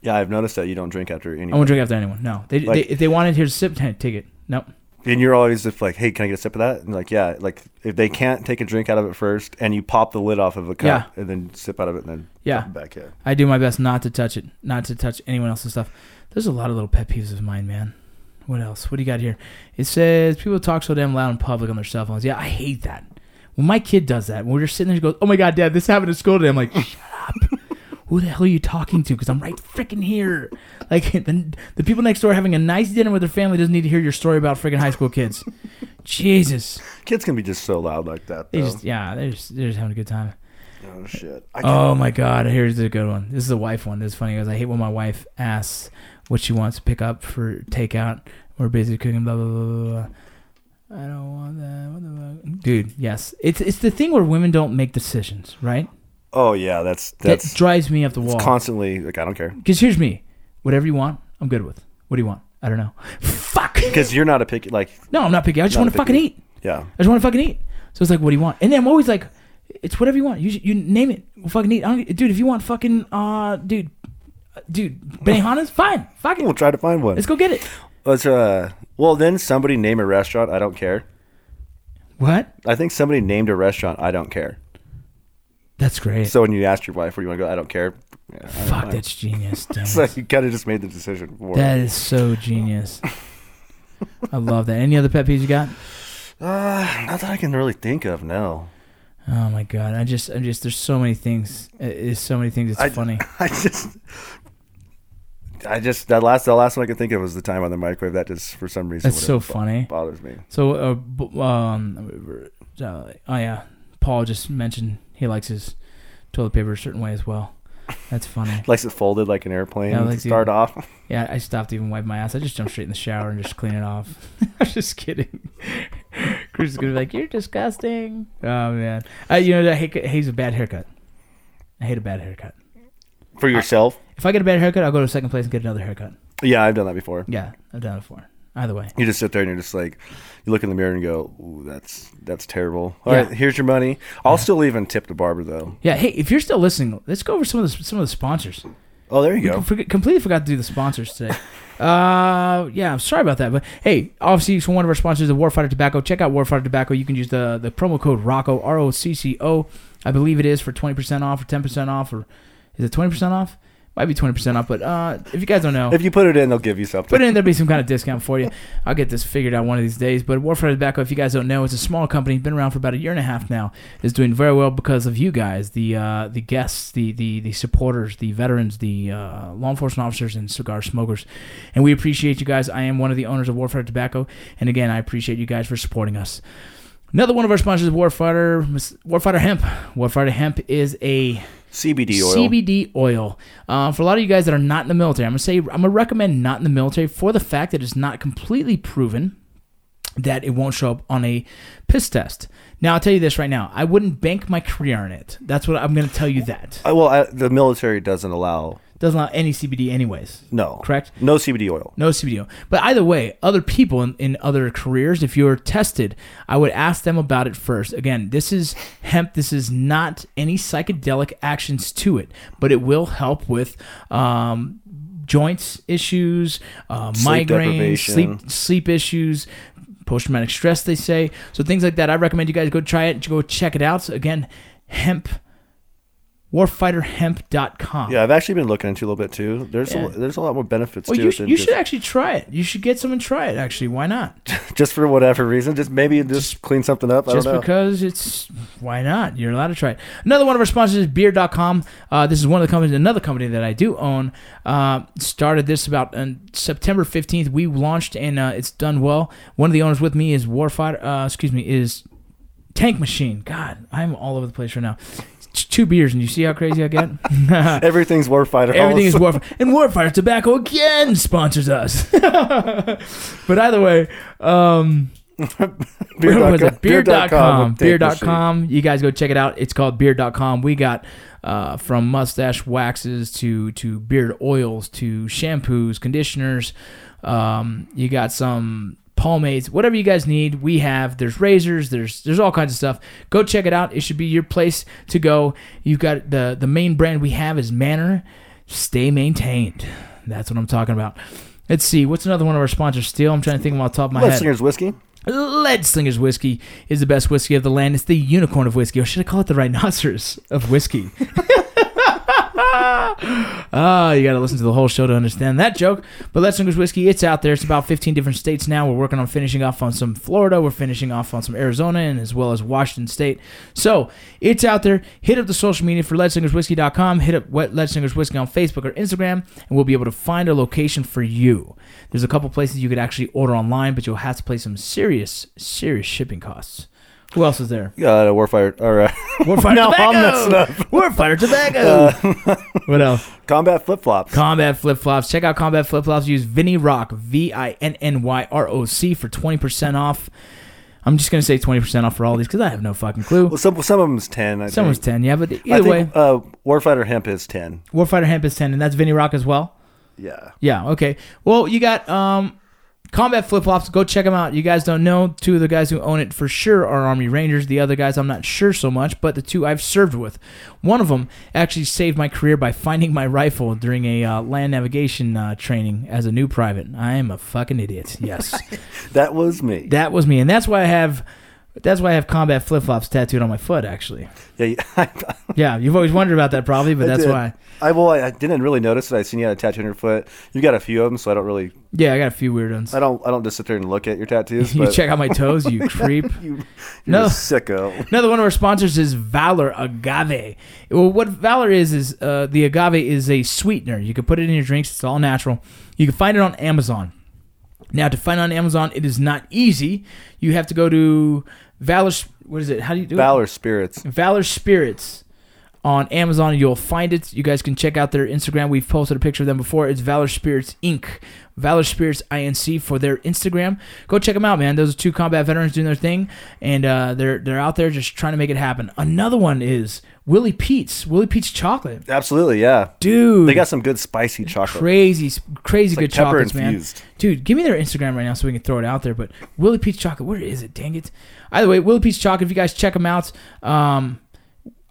S2: Yeah, I've noticed that you don't drink after anybody.
S3: I won't drink after anyone. No, they, they
S2: Like-
S3: if they wanted here to sip, hey, take it. Nope.
S2: And you're always just like, hey, can I get a sip of that? And like, yeah, like if they can't take a drink out of it first, and you pop the lid off of a cup and then sip out of it, and then
S3: Yeah.
S2: pop it back in.
S3: I do my best not to touch it, not to touch anyone else's stuff. There's a lot of little pet peeves of mine, man. What else? What do you got here? It says people talk so damn loud in public on their cell phones. Yeah, I hate that. When my kid does that, when we're just sitting there, she goes, "Oh my god, dad, this happened at school today." I'm like, "Shut up! who the hell are you talking to? Because I'm right freaking here. Like the, the people next door having a nice dinner with their family doesn't need to hear your story about freaking high school kids. Jesus,
S2: Kids can be just so loud like that.
S3: they
S2: Though.
S3: just yeah, they're just, they're just having a good time.
S2: oh shit! I
S3: Oh my god, here's a good one. This is a wife one. This is funny because I hate when my wife asks what she wants to pick up for takeout. We're busy cooking, blah blah blah blah. blah. I don't want that. What the fuck? Dude, yes, it's it's the thing where women don't make decisions, right?
S2: Oh yeah, that's
S3: That
S2: that's
S3: drives me up the wall.
S2: constantly like I don't care
S3: Because here's me, whatever you want, I'm good with. What do you want? I don't know. Fuck.
S2: because you're not a picky like
S3: No, I'm not picky. I just
S2: Not
S3: want
S2: a
S3: to fucking
S2: picky-
S3: eat.
S2: yeah.
S3: I just want to fucking eat. So it's like, what do you want? And then I'm always like, it's whatever you want. You you name it. We'll fucking eat. I don't, dude, if you want fucking, uh, dude, uh, dude, Benihana's fine. Fuck
S2: We'll
S3: it.
S2: try to find one.
S3: Let's go get it.
S2: Let's uh. Well, then somebody name a restaurant. I don't care.
S3: What?
S2: I think somebody named a restaurant. I don't care.
S3: That's great.
S2: So when you asked your wife where you want to go, I don't care. Yeah, I-
S3: Fuck, that's genius. Damn
S2: So
S3: it.
S2: you kind of just made the decision. For
S3: That is so genius. I love that. Any other pet peeves you got?
S2: Uh, not that I can really think of. No,
S3: Oh my god, I just, I just, there's so many things. Uh, There's so many things. It's
S2: I,
S3: funny.
S2: I just, I just that last the last one I could think of was the time on the microwave. That just for some reason
S3: That's
S2: would
S3: so
S2: have bo-
S3: funny.
S2: bothers me.
S3: So, uh, b- um, uh, oh yeah, Paul just mentioned he likes his toilet paper a certain way as well. That's funny.
S2: Likes it folded like an airplane
S3: Yeah,
S2: to
S3: likes you-
S2: start off.
S3: Yeah, I stopped even wiping my ass. I just jumped straight in the shower and just clean it off. I'm just kidding. Chris is gonna be like, "You're disgusting." Oh man, uh, you know that hate, hate's a bad haircut. I hate a bad haircut.
S2: for yourself.
S3: If I get a bad haircut, I'll go to second place and get another haircut.
S2: Yeah, I've done that before.
S3: Yeah, I've done it before. Either way,
S2: You just sit there and you're just like, you look in the mirror and go, Ooh, "That's that's terrible." All
S3: Yeah.
S2: right, here's your money. I'll still even tip the barber though.
S3: yeah. Hey, if you're still listening, let's go over some of the some of the sponsors.
S2: Oh, there you go.
S3: Forget, completely forgot to do the sponsors today. uh, yeah, I'm sorry about that. But hey, obviously, from one of our sponsors, the Warfighter Tobacco. Check out Warfighter Tobacco. You can use the the promo code ROCCO, R O C C O, I believe it is, for 20% off or 10% off. Or is it 20% off? Might be 20% off, but uh, if you guys don't know,
S2: If you put it in, they'll give you something.
S3: Put in there'll be some kind of discount for you. I'll get this figured out one of these days. But Warfare Tobacco, if you guys don't know, it's a small company, been around for about a year and a half now. Is doing very well because of you guys, the uh, the guests, the, the the supporters, the veterans, the uh, law enforcement officers, and cigar smokers. And we appreciate you guys. I am one of the owners of Warfare Tobacco, and again, I appreciate you guys for supporting us. Another one of our sponsors, Warfighter Warfighter Hemp. Warfighter Hemp is a
S2: CBD oil.
S3: CBD oil. Uh, for a lot of you guys that are not in the military, I'm gonna say I'm gonna recommend not in the military for the fact that it's not completely proven that it won't show up on a piss test. Now I'll tell you this right now. I wouldn't bank my career on it. That's what I'm gonna tell you. That
S2: Uh, well, I, the military doesn't allow
S3: doesn't allow any CBD anyways.
S2: no
S3: Correct.
S2: no CBD oil.
S3: No CBD. oil. But either way, other people in, in other careers, if you're tested, I would ask them about it first. Again, this is hemp. This is not any psychedelic actions to it, but it will help with um, joints issues, uh,
S2: Sleep
S3: migraines,
S2: deprivation.
S3: sleep sleep issues. Post traumatic stress, they say. So, things like that. I recommend you guys go try it, go check it out. So again, hemp, warfighterhemp.com.
S2: Yeah, I've actually been looking into it a little bit too. There's
S3: Yeah.
S2: a, there's a lot more benefits
S3: Well,
S2: to
S3: you,
S2: it
S3: sh-
S2: than
S3: you
S2: just,
S3: should actually try it. You should get some and try it, actually. Why not?
S2: just for whatever reason. Just maybe just, clean something up. I don't
S3: just
S2: know.
S3: because it's why not you're allowed to try it another one of our sponsors is beer.com uh, this is one of the companies another company that i do own uh, started this about on september 15th we launched and uh, it's done well one of the owners with me is warfighter uh, excuse me is tank machine god i'm all over the place right now it's two beers and you see how crazy i get
S2: Everything's warfighter.
S3: Everything is
S2: Also-
S3: Warfire. And Warfire Tobacco again sponsors us. but either way, um,
S2: Beer
S3: where was
S2: dot com-
S3: it? Beer.com.
S2: with Tank Machine.
S3: Beer.com. You guys go check it out. It's called beer.com. We got uh, from mustache waxes to, to beard oils to shampoos, conditioners. Um, you got some pomades, whatever you guys need. We have there's razors, there's there's all kinds of stuff. Go check it out. It should be your place to go. You've got the the main brand we have is Manor. Stay maintained. That's what I'm talking about. Let's see. What's another one of our sponsors? Steel. I'm trying to think of them off the top of my head.
S2: Ledslinger's whiskey.
S3: Lead Slinger's whiskey is the best whiskey of the land. It's the unicorn of whiskey, or should I call it the rhinoceros of whiskey? Ah, you got to listen to the whole show to understand that joke. But Let's English Whiskey, it's out there. It's about 15 different states now. We're working on finishing off on some Florida. We're finishing off on some Arizona and as well as Washington State. So it's out there. Hit up the social media for Let's English Whiskey.com. Hit up Wet Let's English Whiskey on Facebook or Instagram, and we'll be able to find a location for you. There's a couple places you could actually order online, but you'll have to pay some serious, serious shipping costs. Who else is there?
S2: Yeah, uh, Warfighter. All right.
S3: Warfighter
S2: Now I'm
S3: tobacco. Warfighter tobacco. what else?
S2: Combat flip flops.
S3: Combat flip flops. Check out Combat flip flops. Use Vinny Rock V I N N Y R O C for twenty percent off. I'm just gonna say twenty percent off for all these because I have no fucking clue.
S2: well, some some of them's ten. I
S3: Someone's
S2: think.
S3: ten, yeah, but
S2: I
S3: either
S2: think,
S3: way,
S2: uh, Warfighter Hemp is ten.
S3: Warfighter Hemp is ten, and that's Vinny Rock as well.
S2: Yeah.
S3: Yeah. Okay. Well, you got um, Combat Flip Flops. Go check them out. You guys don't know. Two of the guys who own it for sure are Army Rangers. The other guys, I'm not sure so much, but the two I've served with. One of them actually saved my career by finding my rifle during a uh, land navigation uh, training as a new private. I am a fucking idiot. Yes.
S2: That was me.
S3: that was me. And that's why I have. That's why I have combat flip flops tattooed on my foot, actually.
S2: yeah. yeah, I,
S3: Yeah, you've always wondered about that, probably, but that's
S2: did.
S3: why.
S2: I well, I, I didn't really notice that I seen you had a tattoo on your foot. You got a few of them, so I don't really.
S3: Yeah, I got a few weird ones.
S2: I don't. I don't just sit there and look at your tattoos.
S3: You
S2: but
S3: check out my toes, you creep.
S2: You, you're
S3: No.
S2: a sicko.
S3: Another one of our sponsors is Valor Agave. Well, what Valor is is uh, the agave is a sweetener. You can put it in your drinks. It's all natural. You can find it on Amazon. Now, to find on Amazon, it is not easy. You have to go to Valor. What is it? How do you do it?
S2: Valor spirits.
S3: Valor Spirits on Amazon. You'll find it. You guys can check out their Instagram. We've posted a picture of them before. It's Valor Spirits Inc. Valor Spirits Inc. for their Instagram. Go check them out, man. Those are two combat veterans doing their thing, and uh, they're they're out there just trying to make it happen. Another one is Willie Pete's Willie Pete's Chocolate,
S2: Absolutely, yeah.
S3: dude.
S2: They got some good spicy chocolate.
S3: crazy, crazy
S2: like
S3: good
S2: pepper
S3: chocolates,
S2: infused.
S3: man. Dude, give me their Instagram right now so we can throw it out there. But Willie Peach Chocolate, where is it? Dang it! Either way, Willie Peach Chocolate. If you guys check them out, um,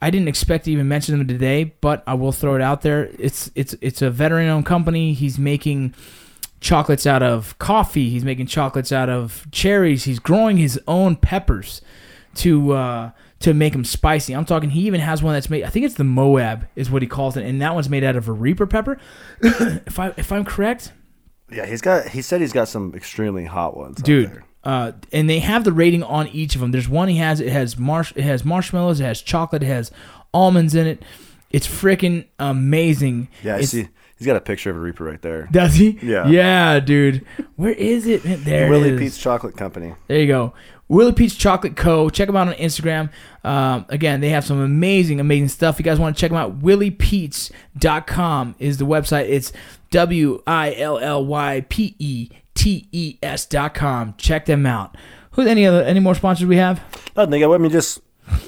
S3: I didn't expect to even mention them today, but I will throw it out there. It's it's it's a veteran-owned company. He's making chocolates out of coffee. He's making chocolates out of cherries. He's growing his own peppers to uh, to make them spicy. I'm talking. He even has one that's made. I think it's the Moab is what he calls it, and that one's made out of a reaper pepper. if I if I'm correct,
S2: Yeah, he's got. He said he's got some extremely hot ones, out
S3: dude.
S2: there.
S3: Uh, and they have the rating on each of them. There's one he has. It has marsh. It has marshmallows. It has chocolate. It has almonds in it. It's freaking amazing.
S2: Yeah, I
S3: It's-
S2: see. He's got a picture of a reaper right there.
S3: Does he?
S2: Yeah.
S3: Yeah, dude. Where is it? Man, There it
S2: Willie
S3: is.
S2: Pete's Chocolate Company.
S3: There you go. Willie Peach Chocolate Co. Check them out on Instagram. Um, again, they have some amazing, amazing stuff. You guys want to check them out? WilliePeets.com is the website. It's W I L L Y P E T E S dot com. Check them out. Who's any other any more sponsors we have?
S2: I think. I mean, just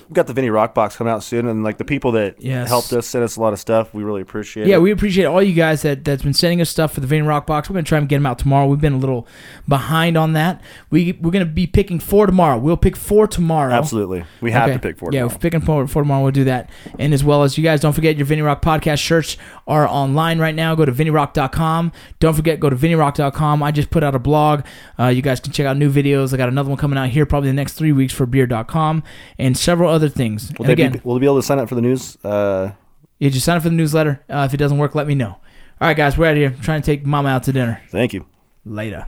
S2: we got the Vinnie Rock box coming out soon, and like the people that
S3: Yes.
S2: helped us sent us a lot of stuff. We really appreciate.
S3: Yeah,
S2: it.
S3: we appreciate all you guys that that's been sending us stuff for the Vein Rock box. We're gonna try and get them out tomorrow. We've been a little behind on that. We we're gonna be picking four tomorrow. We'll pick four tomorrow.
S2: absolutely. We have to
S3: Okay.
S2: pick for
S3: Yeah,
S2: tomorrow.
S3: if we're picking for, for tomorrow, we'll do that. And as well as you guys, don't forget your Vinny Rock podcast shirts are online right now. Go to VinnyRock.com. Don't forget, go to VinnyRock.com. I just put out a blog. Uh, you guys can check out new videos. I got another one coming out here probably the next three weeks for beer.com and several other things.
S2: Will
S3: and
S2: they be-
S3: again,
S2: will they be able to sign up for the news? Uh,
S3: you just sign up for the newsletter. Uh, if it doesn't work, let me know. All right, guys, we're out of here. I'm trying to take mama out to dinner.
S2: thank you.
S3: Later.